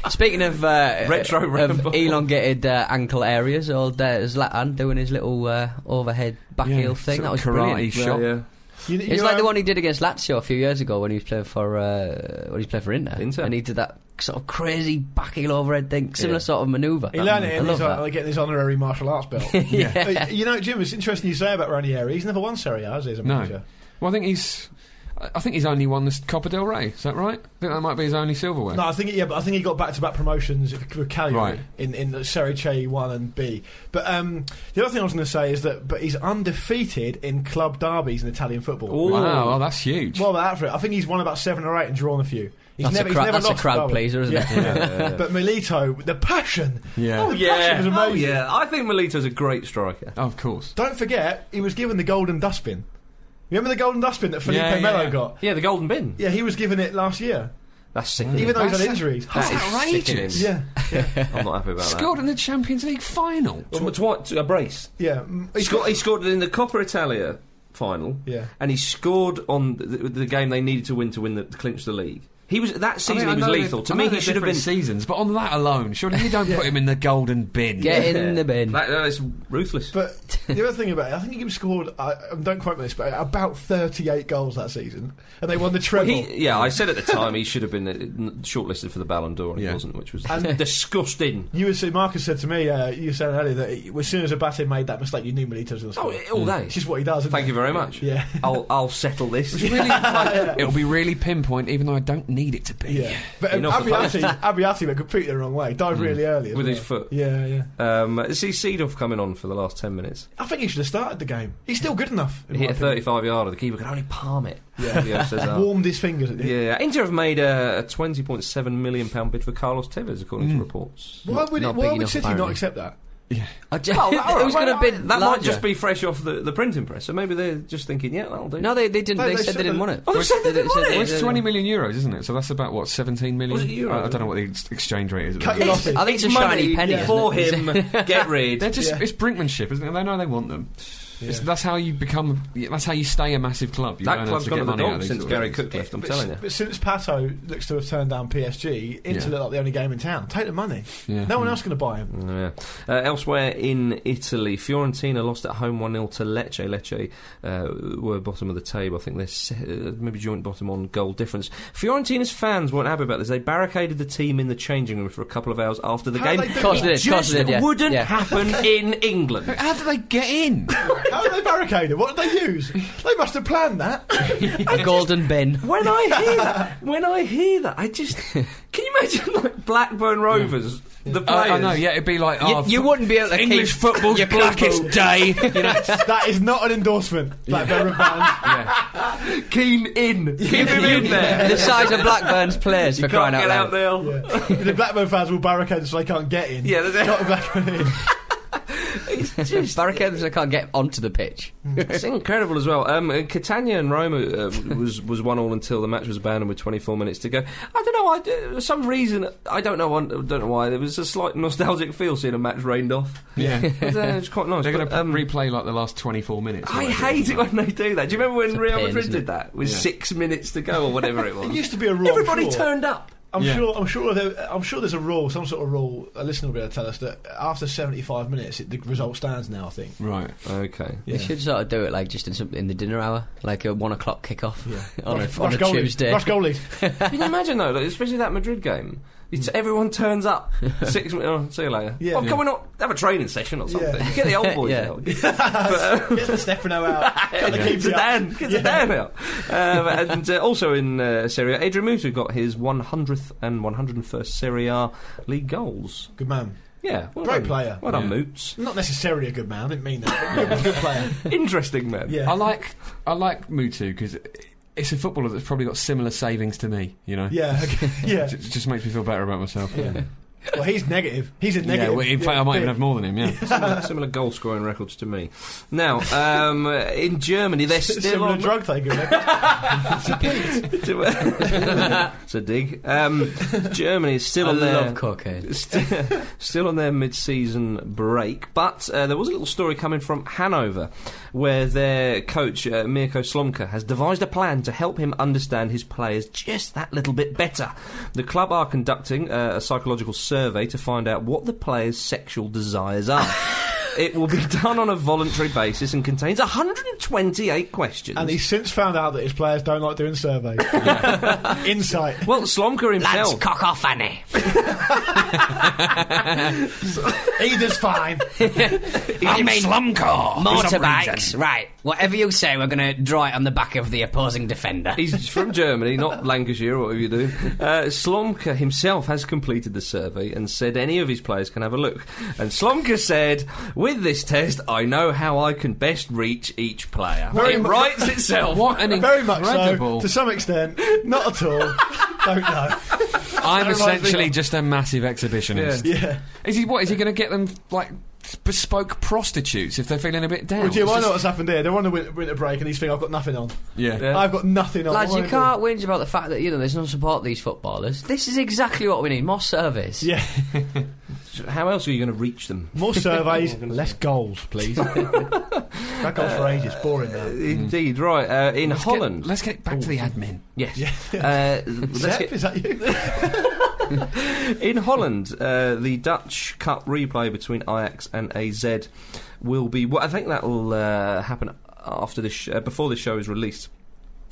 C: Speaking of uh,
A: Retro
C: of
A: Rambo.
C: elongated uh, ankle areas, old uh, Zlatan doing his little uh, overhead back heel thing.
B: Sort
C: That
B: of
C: was
B: karate
C: brilliant.
B: shot.
A: Yeah, yeah.
D: You, you
C: It's like the
D: um,
C: one he did against Lazio a few years ago when he was playing for uh, when he was playing for Inter,
A: Inter.
C: and he did that sort of crazy back heel overhead thing, similar
A: Yeah.
C: sort of manoeuvre.
D: He learned
C: I
D: it and
C: love
D: he's
C: that.
D: like, getting his honorary martial arts belt. Uh,
C: yeah.
D: you know, Jim, it's interesting you say about Ranieri. He's never won Serie A, has he, as a
B: No.
D: manager?
B: Well, I think he's. I I think he's only won this Copa del Rey. Is that right? I think that might be his only silverware.
D: No, I think yeah, but I think he got back-to-back promotions with Cagliari
B: Right.
D: in in the Serie C one and B. But um, the other thing I was going to say is that but he's undefeated in club derbies in Italian football.
A: Ooh.
B: Wow, well, that's huge.
D: Well, that for it. I think he's won about seven or eight and drawn a few. He's
C: That's,
D: never,
C: a,
D: he's
C: crowd-
D: never
C: that's a
D: lost
C: crowd
D: derby.
C: pleaser, isn't
D: Yeah.
C: it?
D: But Milito, the passion.
B: yeah.
D: Oh, yeah. was
A: Oh,
D: amazing.
A: yeah. I think Melito's a great striker.
B: Oh, Of course.
D: Don't forget, he was given the golden dustbin. Remember the golden dustbin that Felipe
B: Yeah, yeah,
D: Melo
B: yeah.
D: got?
A: Yeah, the golden bin.
D: Yeah, he was given it last year,
A: Hmm. That's sick.
D: even though he's
B: That's
D: had injuries.
B: That's
A: That is
B: outrageous.
A: sickening.
D: Yeah,
A: I'm not happy about
B: Scored in the Champions League final.
A: that. Tw- tw- a brace.
D: yeah. Mm,
A: He scored, he scored in the Coppa Italia final,
D: Yeah.
A: and he scored on the, the game they needed to win to win the to clinch the league. He was that
B: I
A: season.
B: mean, I
A: he was
B: know
A: lethal.
B: they're-
A: To
B: I
A: me,
B: know
A: he
B: they're
A: should have been
B: different seasons, but on that alone, surely you don't put him in the golden bin.
C: Get
A: Yeah.
C: in the bin.
A: That, that is ruthless.
D: But the other thing about it, I think he scored. I, I don't quote me this, but about thirty-eight goals that season, and they won the treble.
A: He, yeah, I said at the time he should have been uh, n- shortlisted for the Ballon d'Or, and he
B: Yeah.
A: wasn't, which was
D: And-
A: disgusting.
D: you would see, Marcus said to me, uh, you said earlier that he, as soon as Abate made that mistake, you knew Milito's going to
A: Oh,
D: score.
A: i- all day.
D: it's just what he does. Isn't
A: Thank
D: it?
A: you very much.
D: Yeah.
A: I'll I'll settle this.
B: It's really, like, it'll be really pinpoint, even though I don't need it to be.
D: Yeah, but um,
A: Enough about Hmm.
D: Abiati, Abiati went completely the wrong way. Dived really early as
A: With
D: well.
A: his foot.
D: Yeah, yeah.
A: Um, see Seedorf coming on for the last ten minutes.
D: I think he should have started the game. He's still good enough. in
A: He hit
D: my
A: a
D: opinion.
A: 35 yarder. The keeper could only palm it.
D: Yeah.
A: Theo says that.
D: Warmed his fingers. At the
A: Yeah, Inter have made a, a 20.7 million pound bid for Carlos Tevez, according
B: Mm.
A: to reports.
D: Why would,
C: Not
D: why
C: big
D: would
C: enough,
D: City not
C: apparently.
D: accept that?
C: I ju-
A: Well, that-
C: Who's going to
A: well,
C: bid
A: That
C: larger?
A: might just be fresh off the, the printing press. So maybe they're just thinking, yeah, that'll do.
C: No, they, they didn't.
D: No,
C: they,
D: they
C: said
D: said
C: they
D: that-
C: didn't want it.
A: Oh, they said they didn't want it?
B: Well, it's 20 million euros, isn't it? So that's about, what, 17 million?
A: Was it euros?
B: I, I don't know what the ex- exchange rate is. at the
D: Cut
B: moment.
D: your
A: it's,
D: losses.
C: I think it's a
A: money
C: shiny penny,
A: for
C: isn't
A: him. get rid.
B: They're just,
D: Yeah.
B: It's brinkmanship, isn't it? They know they want them.
D: Yeah.
B: It's, that's how you become, that's how you stay a massive club. You
A: that
B: learn how
A: club's
B: to
A: gone
B: get
A: to the
B: money out of
A: dog
B: these
A: since
B: sort of
A: Gary
B: things.
A: Cutcliffe, I'm
D: but,
A: telling
D: s-
A: you.
D: but since Pato looks to have turned down PSG, Inter
B: Yeah.
D: looked like the only game in town. Take the money.
B: Yeah.
D: No one else going to buy him.
A: Yeah. Uh, elsewhere in Italy, Fiorentina lost at home 1 0 to Lecce. Lecce uh, were bottom of the table. I think they're se- uh, maybe joint bottom on goal difference. Fiorentina's fans weren't happy about this. They barricaded the team in the changing room for a couple of hours after the
D: How
A: game.
D: they do
C: Of course
D: that?
C: they did. Of course
A: Just
C: they did. Yeah.
A: wouldn't
C: yeah.
A: happen in England.
B: How do they get in?
D: How are they barricaded? What did they use? They must have planned that.
C: A golden bin.
A: When I hear that, when I hear that, I just can you imagine like Blackburn Rovers, the
B: Uh,
C: Oh,
A: players.
B: I know, yeah, it'd be like, oh,
C: You, you wouldn't be able to
B: English
C: keep
B: football's
C: your
B: blackest
C: cool.
B: day. You know?
D: that is not an endorsement. Blackburn fans.
B: yeah.
A: Keen in, keep him in there.
C: the size of Blackburn's players for
A: You
C: crying
A: can't
C: out
A: get
C: loud.
A: out there.
D: Yeah. The Blackburn fans will barricade so they can't get in.
A: Yeah, that's-
D: Not Blackburn in.
C: Barricades I can't get onto the pitch.
A: It's incredible as well. Um, uh, Catania and Roma uh, was was one all until the match was abandoned with 24 minutes to go. I don't know. I do- for some reason I don't know. I don't know why. There was a slight nostalgic feel seeing a match rained off.
B: yeah.
A: It was, uh, it was quite nice.
B: They're going
A: but,
B: to replay like the last 24 minutes. or
A: I
B: whatever.
A: hate it when they do that. Do you remember when Real
C: pain,
A: Madrid
C: isn't it?
A: did that with
B: Yeah.
A: six minutes to go or whatever it
D: It
A: was?
D: used to be a rule. I'm
A: Everybody
D: sure.
A: turned up.
D: I'm
B: Yeah.
D: sure. I'm sure. There, I'm sure there's a rule, some sort of rule. A listener will be able to tell us that after 75 minutes, it, the result stands now. I think.
B: Right.
A: Okay.
D: Yeah.
C: They should sort of do it like just in, some, in the dinner hour, like a one o'clock kickoff
D: Yeah.
C: on
D: Rush-
C: a, on
D: rush
C: a
D: goalies.
C: Tuesday.
D: Rush goalies.
A: Can you imagine though, like, especially that Madrid game? It's, everyone turns up. Six. mi- Oh, see you later.
D: Yeah.
A: Oh, can we not have a training session or something?
D: Yeah.
A: Get the old boys
C: Yeah.
A: out.
D: Get the Stefano out. Cut the
A: Get
D: keeper out.
A: Zidane, get Zidane out. Um, and uh, also in uh, Serie A, Adrian Mutu got his 100th and 101st Serie A league goals.
D: Good man.
A: Yeah, well
D: Great
A: done.
D: player.
A: Well done,
B: Yeah.
A: Moots.
D: Not necessarily a good man. I didn't mean that. good player.
A: Interesting man.
D: Yeah.
B: I like I like Mutu because it's a footballer that's probably got similar savings to me. You know.
D: Yeah. Okay. Yeah.
B: It ju- just makes me feel better about myself.
D: Yeah. Well, he's negative. He's a negative.
B: Yeah, well, in fact, I might even have more than him. Yeah.
A: Similar, similar goal scoring records to me. Now, um, uh, in Germany, they're still
D: Similar
A: on.
D: drug taker.
A: it's a dig. Um, Germany is still
C: I
A: on their
C: love cocaine.
A: st- still on their mid-season break, but uh, there was a little story coming from Hanover, where their coach uh, Mirko Slomka has devised a plan to help him understand his players just that little bit better. The club are conducting uh, a psychological survey to find out what the players' sexual desires are. It will be done on a voluntary basis and contains 128 questions.
D: And he's since found out that his players don't like doing surveys. Insight.
A: well, Slomka
C: Lads,
A: himself.
C: cock off, Annie.
D: Either's fine.
C: I mean,
B: Slumcar!
C: motorbikes. Right. Whatever you say, we're going to draw it on the back of the opposing defender.
A: He's from Germany, not Lancashire or whatever you do. Uh, Slomka himself has completed the survey and said any of his players can have a look. And Slomka said, "With this test, I know how I can best reach each player.
D: Very
A: it
D: mu-
A: writes itself."
B: What an
D: Very much
B: incredible...
D: so. To some extent. Not at all. don't know.
B: I'm
D: Don't like
B: essentially
D: the-
B: just a massive exhibitionist.
D: Yeah.
B: Is he what? Is he going to get them like bespoke prostitutes if they're feeling a bit down?
D: Well, do you
B: It's
D: I know
B: just-
D: what's happened here? They're on a win- winter break and he's thinking, I've got nothing on.
B: Yeah.
A: Yeah.
D: I've got nothing on.
C: Lads,
D: What
C: you
D: am I
C: can't whinge about the fact that you know there's no support for these footballers. This is exactly what we need: more surveys.
D: gonna do? Yeah.
A: How else are you going to reach them?
D: More surveys, less goals, please. that goal for ages. Boring now.
A: Indeed, right. Uh, in
B: Let's get-
A: Holland,
B: let's get back to the admin.
A: yes. Uh, let's
D: Zep,
A: get,
D: is that you?
A: in Holland, uh, the Dutch Cup replay between Ajax and AZ will be. Well, I think that will uh, happen after this, sh- uh, before this show is released.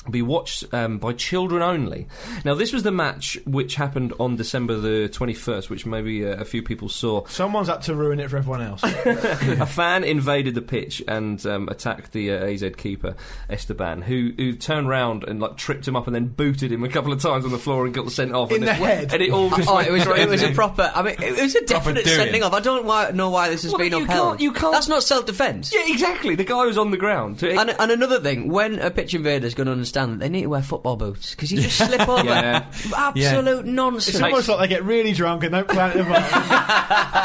A: Be watched um, by children only. Now, this was the match which happened on December the twenty-first, which maybe uh, a few people saw.
D: Someone's up to ruin it for everyone else.
A: a fan invaded the pitch and um, attacked the uh, AZ keeper Esteban, who who turned round and like tripped him up and then booted him a couple of times on the floor and got sent off
D: In
A: and
D: the
A: it,
D: head.
A: And it all just
C: Oh,
A: went
C: it was,
A: crazy.
C: it was a proper. I mean, it was a
B: Proper
C: definite
B: doing.
C: sending off. I don't why, know why this has
A: Well,
C: been
A: you
C: upheld.
A: can't- you can't-
C: That's not self-defense.
A: yeah, exactly. The guy was on the ground. It-
C: And, and another thing, when a pitch invader's going to understand that they need to wear football boots because you just slip over.
A: Yeah.
C: Absolute
D: It's
C: nonsense.
D: almost like they get really drunk and don't plan it. right.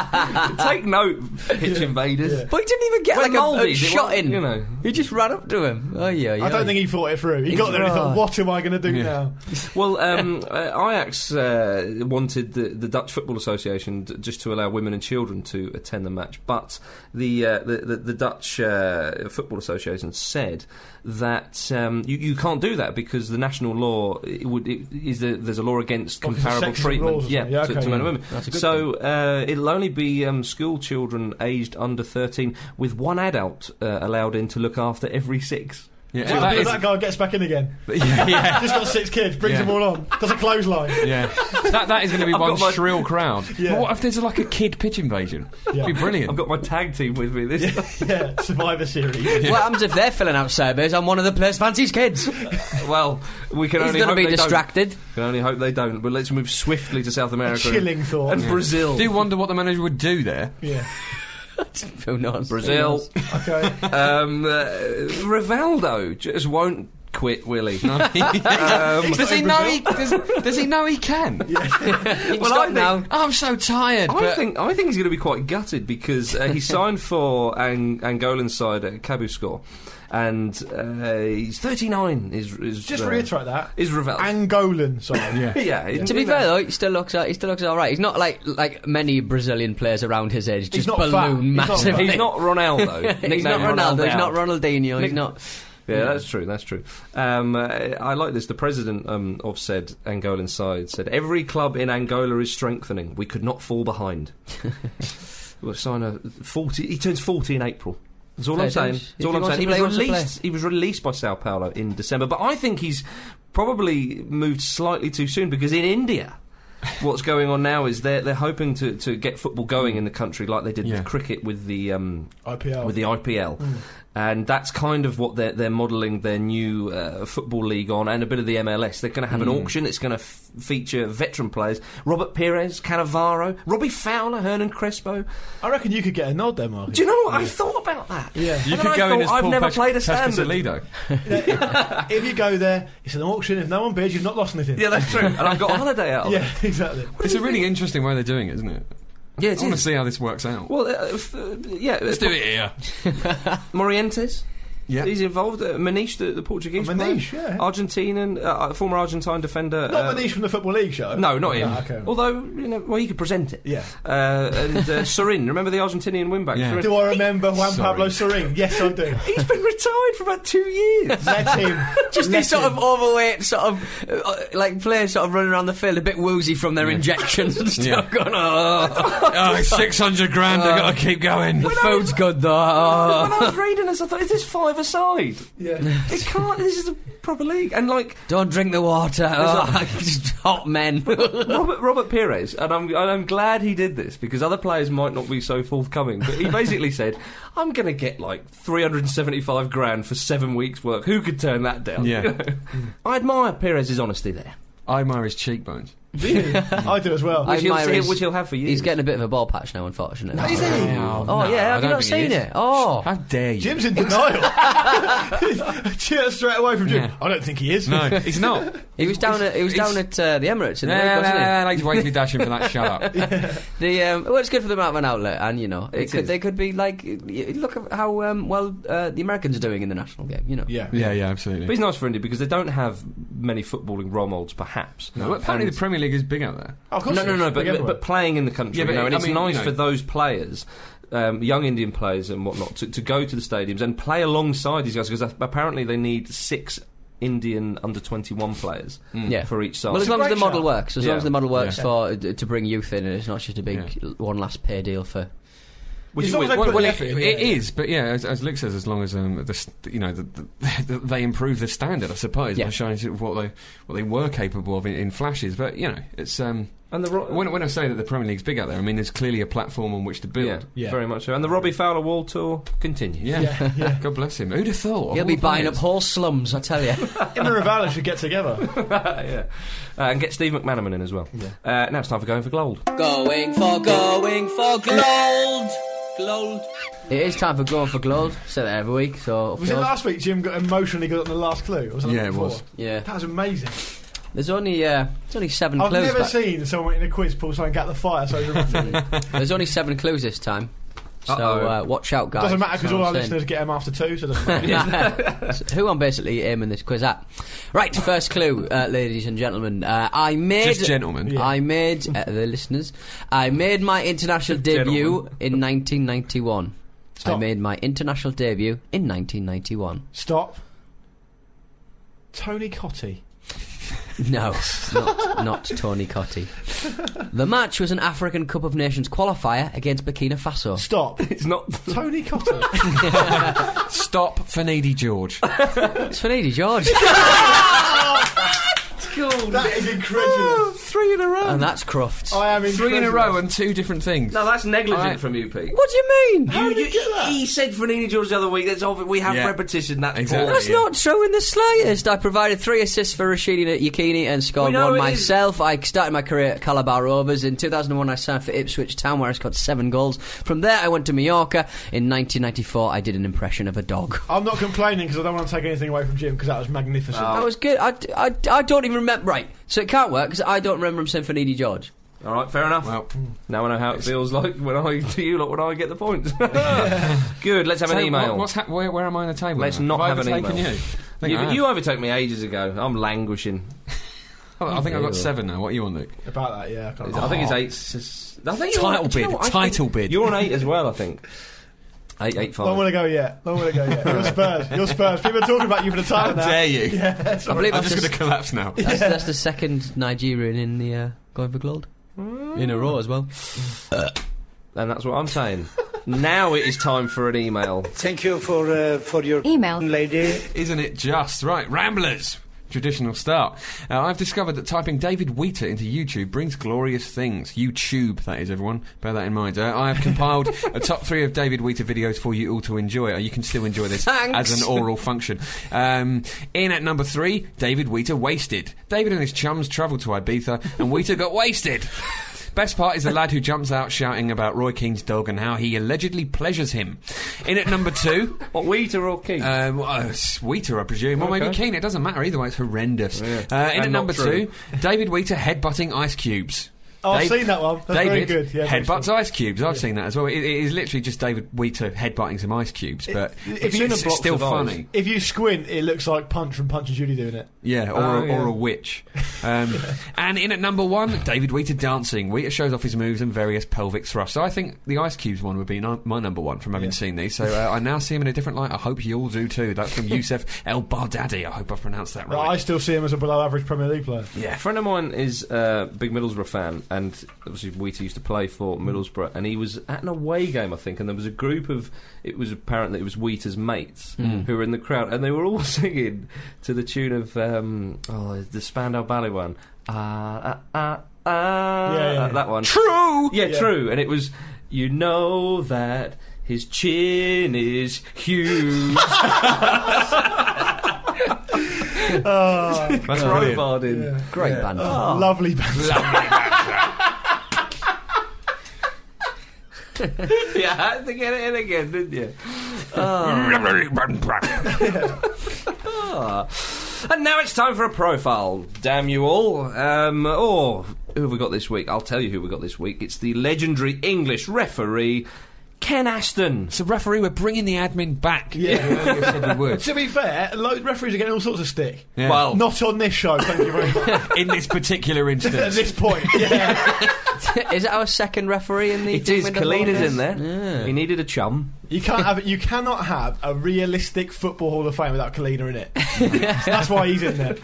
A: Take note, pitch invaders.
C: but he didn't even get
A: When
C: like a- a,
A: Maldives, it
C: shot
A: was-
C: in.
A: you know.
C: he just ran up to him. Oh yeah, yeah.
D: I don't think he thought it through. He got there and he thought, what am I going to do now?
A: Well, um, uh, Ajax uh, wanted the, the Dutch Football Association d- just to allow women and children to attend the match, but the uh, the, the, the Dutch uh, Football Association said that um, you, you can't do that because the national law it would it, is the, there's a law against
D: Oh, 'cause it's
A: comparable
D: sexism
A: treatment,
D: rules or something. Yeah,
A: to,
D: okay,
A: to men and
D: yeah.
A: women.
C: That's a good
A: So uh, it'll only be um, school children aged under 13, with one adult uh, allowed in to look after every six.
B: Yeah,
D: What
B: that
D: happens if
B: is-
D: that guy gets back in again?
B: yeah,
D: Just got six kids, brings
B: Yeah.
D: them all on, does a clothesline.
B: yeah. That, that is going to be
A: I've
B: one
A: got my-
B: shrill crowd.
D: Yeah.
B: But what if there's like a kid pitch invasion?
D: Yeah.
B: That'd be brilliant.
A: I've got my tag team with me this time.
D: Yeah, Survivor Series.
C: What happens if they're filling out surveys on one of the players' fancies kids?
A: Well, we can
C: He's
A: only
C: going to
A: hope
C: be
A: they don't.
C: distracted.
A: Can only hope they don't. But let's move swiftly to South America and,
D: Chilling thought.
A: and Brazil.
B: do wonder what the manager would do there.
D: Yeah.
C: Who knows? Who
A: Brazil.
C: knows?
D: Okay.
A: um, uh, Rivaldo just won't quit, will he?
B: does he know he does, does he know he can?
C: You can
A: Well, I
C: stop
A: think-
C: now.
B: I'm so tired.
A: I
B: but
A: think I think he's going to be quite gutted because uh, he signed for Ang- Angolan side at Cabuscore, and uh, he's 39. Is, is
D: Just
A: uh,
D: reiterate that.
A: Is Rivaldo?
D: Angolan side.
B: Yeah.
A: yeah. isn't
C: To be
A: he?
C: fair though, he still looks uh, he still looks all right. He's not like like many Brazilian players around his age,
D: He's
C: just
D: not
C: balloon
D: fat. He's not
C: massively.
D: fat.
A: He's not Ronaldo.
C: He's not
A: Nicknamed
C: Ronaldo. He's
A: Ronaldao.
C: not Ronaldinho.
A: Nick-
C: He's not.
A: Yeah, that's true. That's true. Um, uh, I like this. The president um, of said Angolan side said, "Every club in Angola is strengthening. We could not fall behind." we'll sign a forty. He turns forty in April. That's all
C: Fair
A: I'm saying.
C: dues.
A: That's all I'm
C: If he
A: saying. He was
C: wants to play, he wants to
A: released. He was released by Sao Paulo in December, but I think he's probably moved slightly too soon because in India. What's going on now is they're they're hoping to, to get football
C: Hmm.
A: going in the country like they did
B: Yeah.
A: with cricket with the um,
D: IPL.
A: with the IPL,
D: Hmm.
A: and that's kind of what they're they're modelling their new uh, football league on, and a bit of the MLS. They're going to have
D: Hmm.
A: an auction. It's going to f- feature veteran players: Robert Perez, Cannavaro, Robbie Fowler, Hernan Crespo.
D: I reckon you could get a nod there, Mark.
A: Do you know what I thought about that?
D: Yeah.
A: and
B: you
A: then
B: could
A: I
B: go
A: thought,
B: in as
A: I've
B: Paul
A: never
B: Pas-
A: played a
B: Pascal
A: standard.
B: Salido.
D: if you go there, it's an auction. If no one bids, you've not lost anything.
A: Yeah, that's true. and I've got a holiday out. Of
D: Yeah,
A: it.
D: exactly.
B: It's a really interesting way they're doing it, isn't it?
A: yeah,
B: I
A: it
B: want to
A: is.
B: see how this works out.
A: Well, uh, f- uh, yeah,
B: Let's do it here.
A: Morientes.
B: Yeah.
A: He's involved. Uh, Manish, the, the Portuguese
D: Oh, Manish, yeah.
A: Argentinian, uh, former Argentine defender.
D: Not
A: uh,
D: Manish from the Football League show.
A: No, not him.
D: Ah, okay.
A: Although, you know, well, he could present it.
D: Yeah.
A: Uh, and uh, Sorin, remember the Argentinian wingback?
B: Yeah.
A: Sorin?
D: Do I remember Juan
B: Sorry.
D: Pablo Serene? Yes, I do.
A: He's been retired for about two years.
D: Let him.
C: Just
D: Let
C: these sort
D: him.
C: of overweight, sort of uh, uh, like players, sort of running around the field, a bit woozy from their injections and stuff.
B: Yeah.
C: Going, oh,
B: Oh, it's 600 grand, i got to keep going.
C: the food's good though. oh."
A: when I was reading this, I thought, is this five aside?
D: Yeah.
A: It can't. This is a proper league. And like
C: Don't drink the water. Oh, just hot men.
A: Robert Robert Pires, and I'm and I'm glad he did this because other players might not be so forthcoming. But he basically said, "I'm going to get like 375 grand for seven weeks' work. Who could turn that down?"
B: Yeah.
A: You know? I admire Perez's honesty there,
B: I admire his cheekbones.
D: I do as well.
C: I
A: which, he'll,
C: admire his-
A: which he'll have for years.
C: He's getting a bit of a ball patch now, unfortunately.
D: Is he?
C: Oh yeah, have you not seen it? Oh,
B: How dare you?
D: Jim's in denial. Cheer straight away from Jim.
B: Yeah.
D: I don't think he is.
B: No, he's not.
C: he was down at he was down at uh, the Emirates in the week, wasn't he?
B: I just wait to be dashing for that. Shut up.
C: The um, well, it's good for them out of an outlet, and you know, it
A: It
C: could,
A: is.
C: they could be like, y- y- look at how um, well uh, the Americans are doing in the national game. You know,
D: Yeah.
B: Yeah, yeah,
A: but
B: absolutely.
A: he's nice for India because they don't have many footballing Romolds, perhaps.
B: Well, apparently, the Premier League is big out there.
D: Oh, of course
A: No,
D: he
A: no,
D: is.
A: no,
D: Big
A: but, but,
D: everywhere.
A: but playing in the country,
B: Yeah, but
A: you know, and
B: I
A: it's
B: mean,
A: nice
B: you know.
A: for those players, um, young Indian players and whatnot, to, to go to the stadiums and play alongside these guys because apparently they need six Indian under 21 players
C: Mm. Yeah.
A: for each side.
C: Well, as
D: It's a
C: long as the
D: great
C: model
D: shout.
C: works, as
A: Yeah.
C: long as the model works
D: Yeah.
C: for uh, to bring youth in, and it's not just a big one last pay deal for.
A: Which
D: as
A: is
D: long as
A: weird.
D: they put
A: Well,
D: the
A: it-
D: effort in,
B: It
D: yeah.
B: is, but yeah, as, as Luke says, as long as um, the, st- you know the, the, the, they improve the standard, I suppose,
C: Yeah.
B: by showing sort of what they what they were capable of in, in flashes. But you know, it's um,
A: And the Ro-
B: when, when I say that the Premier League's big out there, I mean there's clearly a platform on which to
A: yeah,
B: build.
D: Yeah.
A: very much so. And the Robbie Fowler wall tour continues.
B: Yeah,
D: Yeah, yeah.
B: God bless him. Who'd have thought? Of
C: He'll be
B: all
C: buying up
B: players?
C: whole slums, I tell you.
D: Him and Ravalli should get together.
A: yeah. Uh, and get Steve McManaman in as well. Uh, now it's time for going for gold.
C: going for going for gold, gold. It is time for going for gold. Said that every week, so
D: Was it last week Jim got emotionally good on the last clue? Or was
B: Yeah, it
D: before?
B: was.
C: yeah.
D: That was amazing.
C: There's only uh, there's only 7
D: I've
C: clues.
D: never
C: back-
D: seen someone in a quiz pull something out the fire so dramatically.
C: There's only seven clues this time. So
A: Uh-oh.
C: uh, watch out, guys.
D: doesn't matter because
C: That's what
D: all our
C: I'm saying.
D: listeners get them after two, so it doesn't matter.
C: So who I'm basically aiming this quiz at. Right, first clue, uh, ladies and gentlemen. Uh, I made.
B: Just gentlemen.
C: I made uh, the listeners. I made my international debut in 1991. I
D: Stop.
C: made my international debut in 1991.
D: Stop. Tony Cotti.
C: No, not, not Tony Cotti. The match was an African Cup of Nations qualifier against Burkina Faso.
D: Stop.
A: It's not.
D: Tony Cotti.
B: Stop for needy George.
C: It's for Needy George,
D: that is incredible.
B: Three in a row.
C: and that's Croft.
D: Oh, I am incredulous.
B: Three in a row and two different things.
A: No, that's negligent
B: Alright.
A: from you, Pete.
C: What do you mean?
A: You, you, he said for Nini George the other week. That's obvi- we have
B: Yeah.
A: repetition. That's
B: Exactly.
A: poor.
C: That's
B: Yeah.
C: not true in the slightest. I provided three assists for Rashidi Yakini and
A: We
C: scored
A: know
C: one
A: it is-
C: myself. I started my career at Calabar Rovers. In 2001, I signed for Ipswich Town, where I scored seven goals. From there, I went to Mallorca. In 1994, I did an impression of a dog.
D: I'm not complaining because I don't want to take anything away from Jim because that was
A: Oh.
D: magnificent.
C: That was good. I, I, I don't even remember. Right, so it can't work because I don't remember him saying for Needy George.
A: All right, fair enough.
B: Well,
A: Now I know how it feels like when I do you lot when I get the points. Good. Let's have
B: so
A: an email.
B: What, what's hap- where, where am I on the table?
A: Let's
B: now?
A: not
B: have
A: have
B: I
A: an
B: overtaken
A: email.
B: You, I think,
A: you,
B: I, have.
A: you overtook me ages ago. I'm languishing.
B: Oh, I think I've got seven now. What are you on, Luke?
D: About that, yeah. I can't
A: I
D: remember.
A: think it's eight. s- I think you're
B: Oh. Title
A: on, do you
B: bid,
A: know what? I
B: title
A: think
B: bid.
A: You're on eight as well. I think eight, eight, five.
D: Long way to go yet. Long way to go yet. You're Spurs. You're Spurs. People are talking about you for the
B: How
D: title now.
B: dare you?
D: Yeah,
C: I
D: sorry.
C: believe
B: I'm
C: that's,
B: just
C: the,
B: going to collapse now.
C: that's, that's the second Nigerian in the uh, going for gold in a row as well.
A: and that's what I'm saying. now it is time for an email.
E: Thank you for uh, for your
F: Email.
E: lady.
B: Isn't it just? Right, Ramblers! Traditional start. Uh, I've discovered that typing David Wheater into YouTube brings glorious things. YouTube, that is, everyone. Bear that in mind. Uh, I have compiled a top three of David Wheater videos for you all to enjoy. Uh, you can still enjoy this
C: Thanks.
B: as an oral function. Um, in at number three, David Wheater wasted. David and his chums travelled to Ibiza, and Wheater got wasted. Best part is the lad who jumps out shouting about Roy Keane's dog and how he allegedly pleasures him. In at number two,
A: What Wheater or Keith?
B: um, well, uh, sweeter, I presume, or maybe
A: Okay.
B: Keane. It doesn't matter either way. It's horrendous. Uh,
A: And
B: in at
A: not
B: number
A: true.
B: two, David Wheater headbutting ice cubes.
D: Oh, I've
B: Dave-
D: seen that one. That's very
B: David
D: good. Yeah, very
B: headbutts
D: good.
B: ice cubes. I've seen that as well. It, it is literally just David Wheater headbutting some ice cubes, but
D: if
B: it's,
D: you're in a
B: it's
A: box
B: still
A: of ice-
B: funny.
D: If you squint, it looks like Punch from Punch and Judy doing it.
B: Yeah, or,
A: Oh,
B: a,
A: yeah.
B: or a witch. Um, and in at number one, David Wheater dancing. Wheater shows off his moves and various pelvic thrusts. So I think the Ice Cubes one would be no- my number one from having
D: Yeah.
B: seen these. So uh, I now see him in a different light. I hope you all do too. That's from Youssef El Bardadi. I hope I've pronounced that
D: But
B: right.
D: I still see him as a below-average Premier League player.
A: A friend of mine is uh, a big Middlesbrough fan, and obviously Wheater used to play for
D: Mm.
A: Middlesbrough, and he was at an away game, I think, and there was a group of, it was apparent that it was Wheater's mates
D: Mm.
A: who were in the crowd, and they were all singing to the tune of um, oh, the Spandau Ballet one. Ah, ah, ah, ah,
D: Yeah, yeah, yeah.
A: that one.
B: True!
A: Yeah,
D: Yeah.
A: true. And it was, you know that his chin is huge.
D: Oh,
A: That's
B: brilliant.
A: Robard in.
D: yeah.
C: Great
D: Yeah.
C: band.
D: Oh, Lovely band.
A: Yeah, I had to get it in again, didn't you? Ah. And now it's time for a profile. Damn you all. Um, oh, who have we got this week? I'll tell you who we got this week. It's the legendary English referee, Ken Aston.
B: so, referee, we're bringing the admin back.
D: Yeah.
B: We earlier said we would.
D: to be fair, lo- referees are getting all sorts of stick.
B: Yeah.
A: Well,
D: Not on this show, thank you very much.
B: in this particular
D: At
B: instance.
D: this point, yeah.
C: is it our second referee in the?
A: it is.
C: Window
A: Kalina's
C: Podcast?
A: in there.
C: Yeah.
A: He needed a chum.
D: you can't have you cannot have a realistic football Hall of Fame without Kalina in it. So that's why he's in there.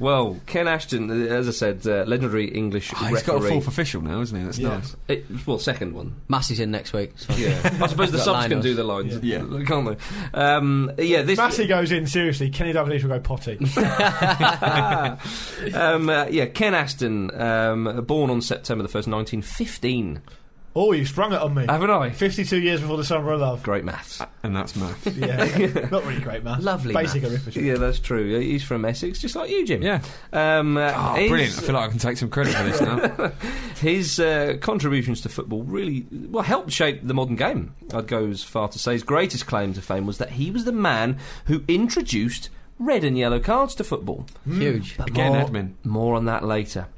A: Well, Ken Ashton, uh, as I said, uh, legendary English
B: Oh, he's got a
A: referee.
B: fourth official now, isn't he? That's
D: Yeah.
B: nice.
A: It- well, second one.
C: Massey's in next week. so-
A: Yeah, I suppose the
C: That
A: subs
C: line
A: can
C: us.
A: do the lines,
B: Yeah.
A: can't they? Um, yeah, this
D: Massey goes in seriously. Kenny Dalglish will go potty.
A: um, uh, yeah, Ken Aston, um, born on September the 1st, 1915.
D: Oh, you sprung it on me.
A: Haven't I? Uh,
D: 52 years before the summer of love.
A: Great maths.
B: And that's math.
D: Yeah, not really great maths.
C: Lovely
D: Basic
C: maths.
D: arithmetic.
A: Yeah, that's true. He's from Essex, just like you, Jim.
B: Yeah.
A: Um, uh,
B: Oh,
A: his,
B: brilliant. I feel like I can take some credit for this now.
A: His uh, contributions to football really well helped shape the modern game. I'd go as far to say his greatest claim to fame was that he was the man who introduced red and yellow cards to football.
C: Huge.
B: Again,
D: More-
B: admin.
A: More on that later.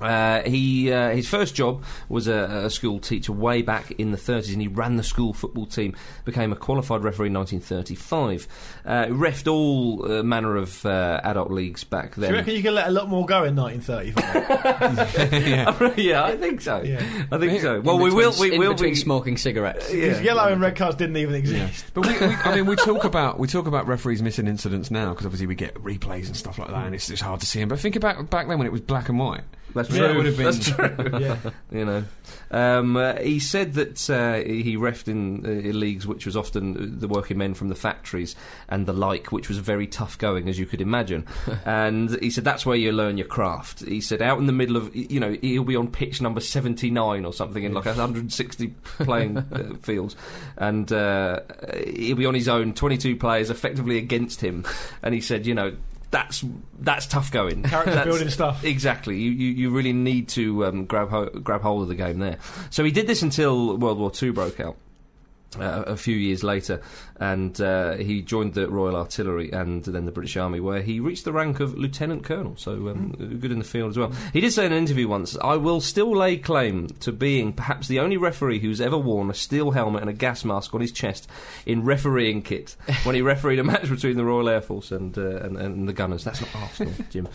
A: Uh, he uh, his first job was a, a school teacher way back in the 30s, and he ran the school football team. Became a qualified referee in 1935. Uh, refed all uh, manner of uh, adult leagues back
D: Do
A: then.
D: you reckon you can let a lot more go in 1935?
B: yeah.
A: yeah, I think so.
D: Yeah.
A: I think so. Well,
C: In
A: we
C: between-
A: will. We
C: in
A: will
C: between
A: be.
C: smoking cigarettes.
A: Yeah.
D: Because yellow and red cards didn't even exist.
B: But we, we, I mean, we talk about we talk about referees missing incidents now because obviously we get replays and stuff like that, and it's just hard to see them. But think about back then when it was black and white.
A: That's
B: Yeah,
A: true.
B: it would have been-
A: That's true.
D: Yeah.
A: you know. Um, uh, he said that uh, he refed in, uh, in leagues which was often the working men from the factories and the like, which was very tough going, as you could imagine. and he said that's where you learn your craft. He said out in the middle of, you know, he'll be on pitch number 79 or something in like 160 playing uh, fields. And uh, he'll be on his own, 22 players effectively against him. And he said, you know, that's that's tough going.
D: Character
A: That's-
D: building stuff.
A: Exactly. You, you, you really need to um, grab, ho- grab hold of the game there. So he did this until World War II broke out. Uh, a few years later, and uh, he joined the Royal Artillery and then the British Army, where he reached the rank of lieutenant colonel. So um, good in the field as well. He did say in an interview once, "I will still lay claim to being perhaps the only referee who's ever worn a steel helmet and a gas mask on his chest in refereeing kit when he refereed a match between the Royal Air Force and uh, and, and the Gunners." That's not Arsenal, Jim.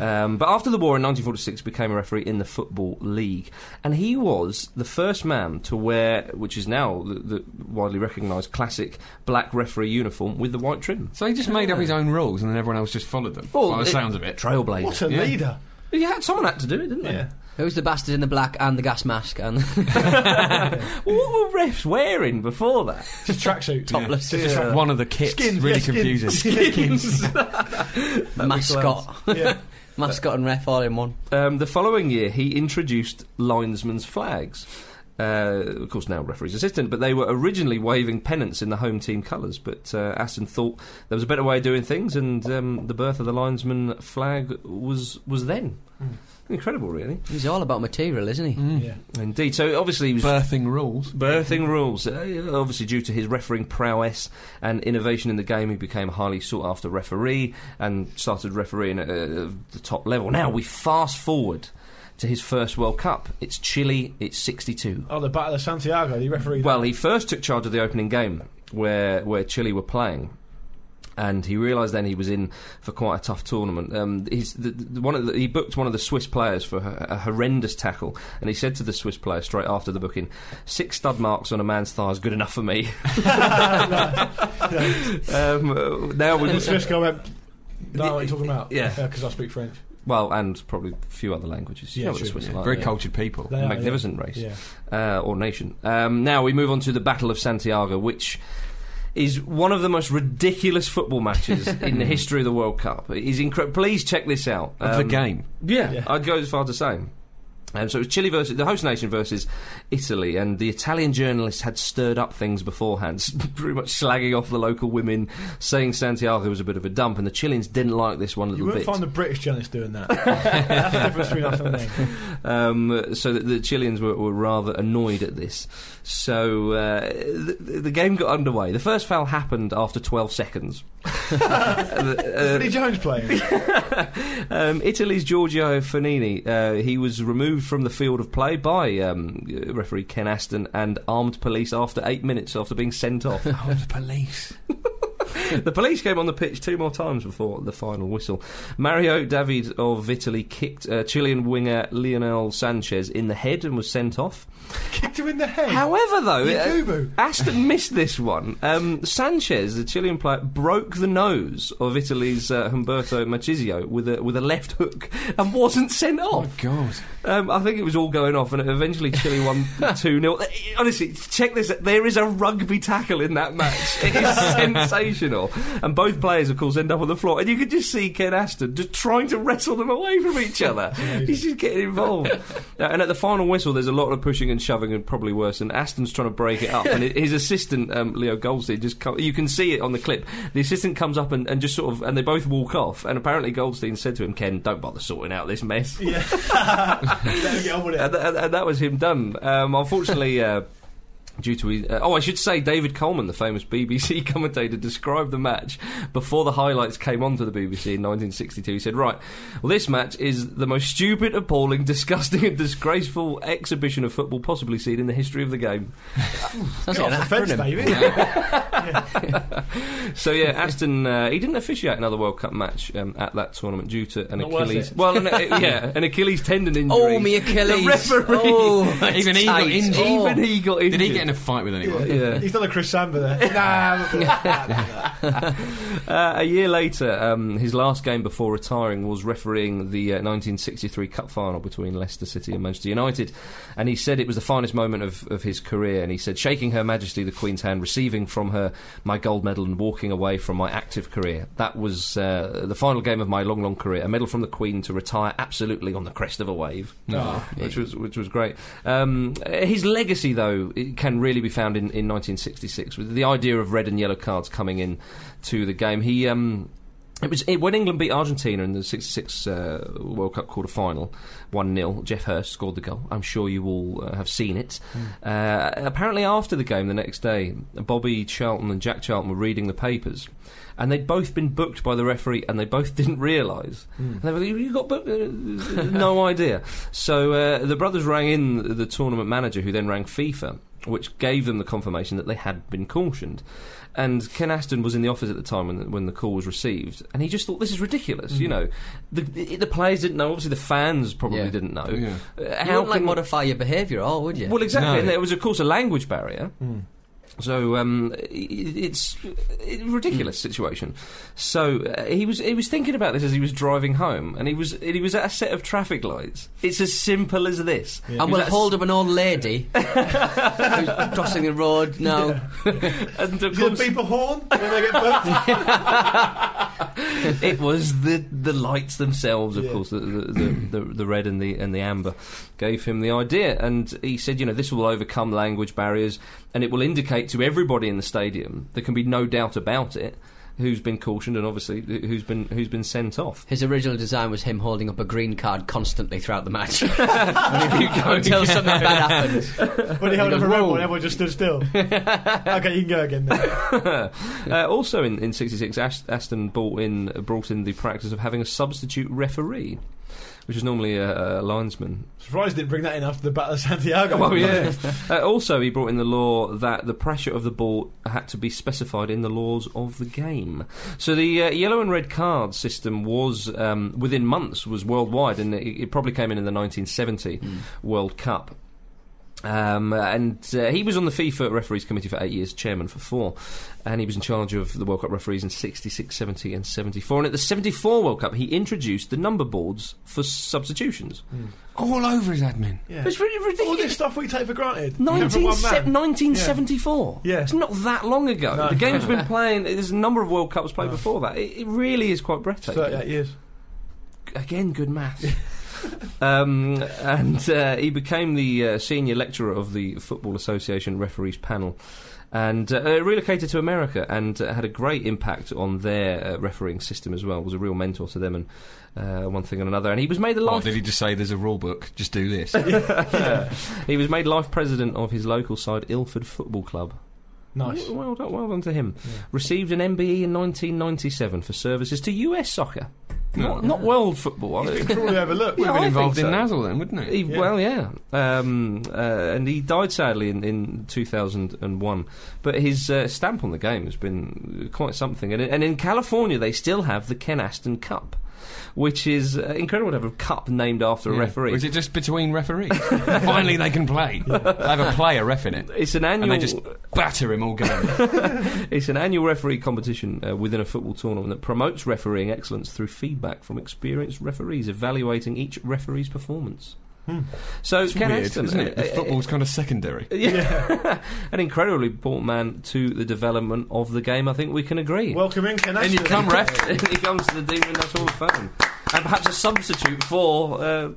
A: Um, but after the war in 1946, became a referee in the Football League, and he was the first man to wear, which is now the, the widely recognised classic black referee uniform with the white trim.
B: So he just made up his own rules, and then everyone else just followed them.
A: Well,
B: by the
A: it-
B: sounds of it.
D: What
A: Trailblazer.
D: a
B: Yeah.
D: leader.
A: Yeah, someone had to do it, didn't they?
D: Yeah.
C: Who's the bastard in the black and the gas mask and
A: Well, what were refs wearing before that?
D: Just tracksuit.
C: Topless.
D: Yeah. Just tracksuit.
B: One of the kits
D: Skins,
B: really
D: yeah, skins.
B: confusing.
D: Skins.
C: mascot?
D: Yeah.
C: mascot and ref all in one.
A: Um, the following year, he introduced linesman's flags. Uh, of course, now referee's assistant, but they were originally waving pennants in the home team colours. But uh, Aston thought there was a better way of doing things, and um, the birth of the linesman flag was was then. Incredible, really.
C: He's all about material, isn't
A: Hmm.
C: he?
D: yeah.
A: Indeed. So obviously he was
B: Birthing rules.
A: Birthing rules. Uh, obviously, due to his refereeing prowess and innovation in the game, he became a highly sought after referee and started refereeing at uh, the top level. Now we fast forward to his first World Cup. It's Chile. It's 62.
D: Oh, the Battle of Santiago. The referee.
A: Well, he first took charge of the opening game where where Chile were playing. And he realised then he was in for quite a tough tournament. Um, he's the, the, one of the, he booked one of the Swiss players for a, a horrendous tackle, and he said to the Swiss player straight after the booking, six stud marks on a man's thigh is good enough for me." um, now we
D: the Swiss guy went. No, what are you talking about?
A: Yeah.
D: because I speak French.
A: well, and probably a few other languages. You
D: Yeah,
A: know what the
D: true,
A: Swiss are
B: Yeah,
A: like,
B: very
A: yeah.
B: cultured people.
D: They are,
A: Magnificent race
D: Yeah.
A: uh, or nation. Um, now we move on to the Battle of Santiago, which is one of the most ridiculous football matches in the history of the World Cup. It is incredible. Please check this out.
B: Of the
A: Um,
B: game.
A: Yeah,
D: Yeah.
A: I'd go as far to say. Um, so it was Chile versus the host nation versus Italy, and the Italian journalists had stirred up things beforehand, pretty much slagging off the local women, saying Santiago was a bit of a dump, and the Chileans didn't like this one
D: You
A: little
D: wouldn't
A: bit.
D: find the British journalists doing that. That's the difference between us and them.
A: um, so that the Chileans were, were rather annoyed at this. So uh, the, the game got underway. The first foul happened after 12 seconds. Uh,
D: Vinnie Jones playing.
A: um, Italy's Giorgio Fanini. Uh, he was removed from the field of play by um, uh, referee Ken Aston and armed police after eight minutes after being sent off.
B: Armed police.
A: the police came on the pitch two more times before the final whistle. Mario David of Italy kicked uh, Chilean winger Lionel Sanchez in the head and was sent off.
D: Kicked him in the head.
A: However, though,
D: You
A: uh,
D: boo-boo.
A: Aston missed this one. Um, Sanchez, the Chilean player, broke the nose of Italy's uh, Humberto Machisio with a with a left hook and wasn't sent
B: Oh,
A: off.
B: God.
A: Um, I think it was all going off, and eventually Chile won 2 0. Honestly, check this out. There is a rugby tackle in that match. It is sensational. And both players, of course, end up on the floor. And you could just see Ken Aston just trying to wrestle them away from each other. He's just getting involved. Uh, and at the final whistle, there's a lot of pushing and shoving, and probably worse. And Aston's trying to break it up. And his assistant, um, Leo Goldstein, just come, you can see it on the clip. The assistant comes up and, and just sort of, and they both walk off. And apparently, Goldstein said to him, Ken, don't bother sorting out this mess.
D: Yeah. Let him get on with
A: And,
D: it.
A: th- and- and that was him done. Um, unfortunately, uh, due to his, uh, oh, I should say, David Coleman, the famous BBC commentator, described the match before the highlights came on to the BBC in 1962. He said, "Right, well, this match is the most stupid, appalling, disgusting, and disgraceful exhibition of football possibly seen in the history of the game."
D: Get
C: Sounds like an
D: off the fence,
C: acronym.
D: David.
A: So yeah, Aston uh, he didn't officiate another World Cup match um, at that tournament due to an
D: Not worth
A: Achilles.
D: it.
A: Well, an, uh, yeah, an Achilles tendon injury.
C: Oh, me Achilles.
A: The referee.
C: Oh,
B: Even he got
C: tight.
B: injured.
C: Oh.
A: Even he got injured.
B: Did he get in a fight with anyone?
A: Yeah.
D: He's done a Chris Samba there. nah, I'm not-
A: Uh, a year later, um, his last game before retiring was refereeing the uh, 1963 Cup final between Leicester City and Manchester United. And he said it was the finest moment of, of his career. And he said, shaking Her Majesty the Queen's hand, receiving from her my gold medal, and walking away from my active career. That was uh, the final game of my long, long career. A medal from the Queen to retire absolutely on the crest of a wave
D: No.
A: which was which was great. Um, his legacy, though, it can really be found in, in 1966 with the idea of red and yellow cards coming in to the game. He um, it was it, when England beat Argentina in the 66 uh, World Cup quarter final, 1 0. Jeff Hurst scored the goal. I'm sure you all uh, have seen it. Uh, apparently, after the game the next day, Bobby Charlton and Jack Charlton were reading the papers. And they'd both been booked by the referee, and they both didn't realise.
C: Hmm.
A: And They were, you you got booked? Uh, no idea. So uh, the brothers rang in the, the tournament manager, who then rang FIFA, which gave them the confirmation that they had been cautioned. And Ken Aston was in the office at the time when the, when the call was received, and he just thought, "This is ridiculous." You know, the, the the players didn't know. Obviously, the fans probably
C: Hmm. Yeah.
A: didn't know.
B: Oh, Yeah.
A: Uh,
C: You
A: how
C: wouldn't like
A: can-
C: modify your behaviour, at all would you?
A: well, exactly.
B: No.
A: And there was, of course, a language barrier. So um, i- i- it's a ridiculous situation. So uh, he was he was thinking about this as he was driving home, and he was he was at a set of traffic lights. It's as simple as this.
C: and we'll hold up an old lady who's crossing the road. No,
A: And of
D: You
A: course,
D: beep a horn when they get booked.
A: it was the the lights themselves, of
D: Yeah.
A: course, the the, the, the the red and the and the amber gave him the idea, and he said, you know, this will overcome language barriers, and it will indicate to everybody in the stadium there can be no doubt about it who's been cautioned and obviously who's been who's been sent off.
C: His original design was him holding up a green card constantly throughout the match until something bad happens.
D: When he held
C: He
D: up a
C: goes,
D: red
C: "Whoa."
D: one, everyone just stood still. okay, you can go again then.
A: uh, also in, in 66, Ast- Aston brought in, brought in the practice of having a substitute referee. which is normally a, a linesman.
D: Surprised didn't bring that in after the Battle of Santiago.
A: Oh yeah. uh, also, he brought in the law that the pressure of the ball had to be specified in the laws of the game. So the uh, yellow and red card system was um, within months was worldwide, and it, it probably came in in the 1970 World Cup. Um, and uh, he was on the FIFA referees committee for eight years, chairman for four, and he was in charge of the World Cup referees in 66, 70, and 74. And at the 74 World Cup, he introduced the number boards for substitutions.
B: All over his admin.
D: Yeah.
A: It's really
D: All this
A: ridiculous.
D: stuff we take for granted.
A: 19,
D: Everyone
A: se-
D: man.
A: 1974.
D: Yeah. Yeah.
A: It's not that long ago.
D: No.
A: The game's been playing, there's a number of World Cups played before that. It, it really is quite breathtaking.
D: 38 years.
A: again, good maths. um, and uh, he became the uh, senior lecturer of the Football Association referees panel. And uh, uh, relocated to America and uh, had a great impact on their uh, refereeing system as well. Was a real mentor to them, and uh, one thing and another. And he was made a
B: Or
A: life.
B: Oh, did he just say there's a rule book? Just do this.
A: he was made life president of his local side, Ilford Football Club.
D: Nice.
A: Well, well done, well done to him. Received an MBE in 1997 for services to US soccer, not, not world football. I think.
D: Probably overlooked.
B: Would
A: Yeah,
B: have been
A: I
B: involved
A: think
B: in
A: so.
B: Nazzle then, wouldn't
A: He-
B: it?
D: Yeah.
A: Well, yeah, um, uh, and he died sadly in, in 2001. But his uh, stamp on the game has been quite something. And, and in California, they still have the Ken Aston Cup, which is uh, incredible to have a cup named after a
B: Yeah.
A: referee.
B: Was it just between referees? Finally, they can play. They have a player ref in it.
A: it's an annual.
B: And they just batter him all game.
A: It's an annual referee competition uh, within a football tournament that promotes refereeing excellence through feedback from experienced referees evaluating each referee's performance. So,
B: Hmm. It's
A: Ken
B: weird,
A: Aston,
B: isn't it?
A: uh,
B: The
A: uh,
B: football's kind of secondary.
A: uh, yeah, an incredibly important man to the development of the game. I think we can agree.
D: Welcome in, Ken
B: And you
D: Aston.
B: come ref.
A: he comes to the Dean Windows Hall of Fame, and perhaps a substitute for uh,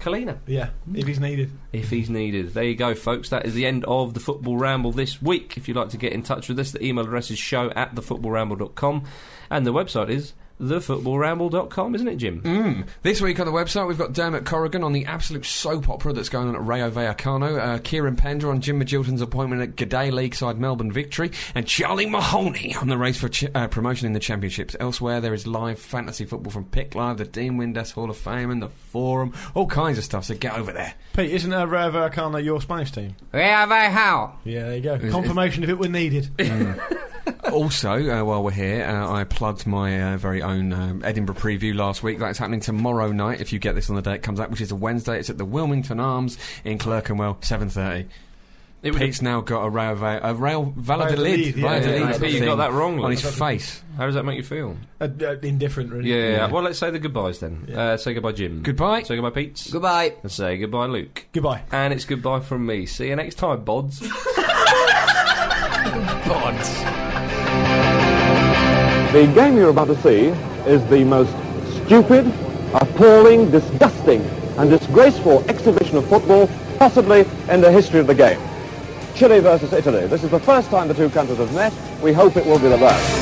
A: Kalina
D: Yeah, if he's needed.
A: if he's needed. There you go, folks. That is the end of the Football Ramble this week. If you'd like to get in touch with us, the email address is show at thefootballramble.com and the website is thefootballramble.com, isn't it, Jim?
B: Mm. This week on the website, we've got Dermot Corrigan on the absolute soap opera that's going on at Rayo Vallecano, uh, Kieran Pender on Jim McGilton's appointment at G'day League side Melbourne Victory, and Charlie Mahoney on the race for ch- uh, promotion in the championships. Elsewhere, there is live fantasy football from Pick Live, the Dean Windass Hall of Fame, and the Forum, all kinds of stuff. So get over there.
D: Pete, isn't uh, Rayo Vallecano your Spanish team?
C: Yeah, they how?
D: Yeah, there you go.
B: Is-
D: Confirmation if it were needed.
B: also, uh, while we're here, uh, I plugged my uh, very own um, Edinburgh preview last week. That's happening tomorrow night. If you get this on the day it comes out, which is a Wednesday, it's at the Wilmington Arms in Clerkenwell, seven thirty.
A: It
B: Pete's now got a rail, va- a rail Valladolid,
D: Valladolid, yeah.
A: yeah,
B: Valladolid
D: Yeah,
A: Pete, you
B: thing
A: got that wrong.
B: on
A: Luke.
B: his face.
A: How does that make you feel?
D: uh, uh, indifferent, really.
A: Yeah,
B: Yeah.
A: Well, let's say the goodbyes then.
D: Yeah.
A: Uh, say goodbye, Jim.
B: Goodbye.
A: Say goodbye, Pete.
C: Goodbye.
A: and say goodbye, Luke.
D: Goodbye.
A: And it's goodbye from me. See you next time, Bods.
C: Bods.
F: The game you're about to see is the most stupid, appalling, disgusting, and disgraceful exhibition of football possibly in the history of the game. Chile versus Italy. This is the first time the two countries have met. We hope it will be the last.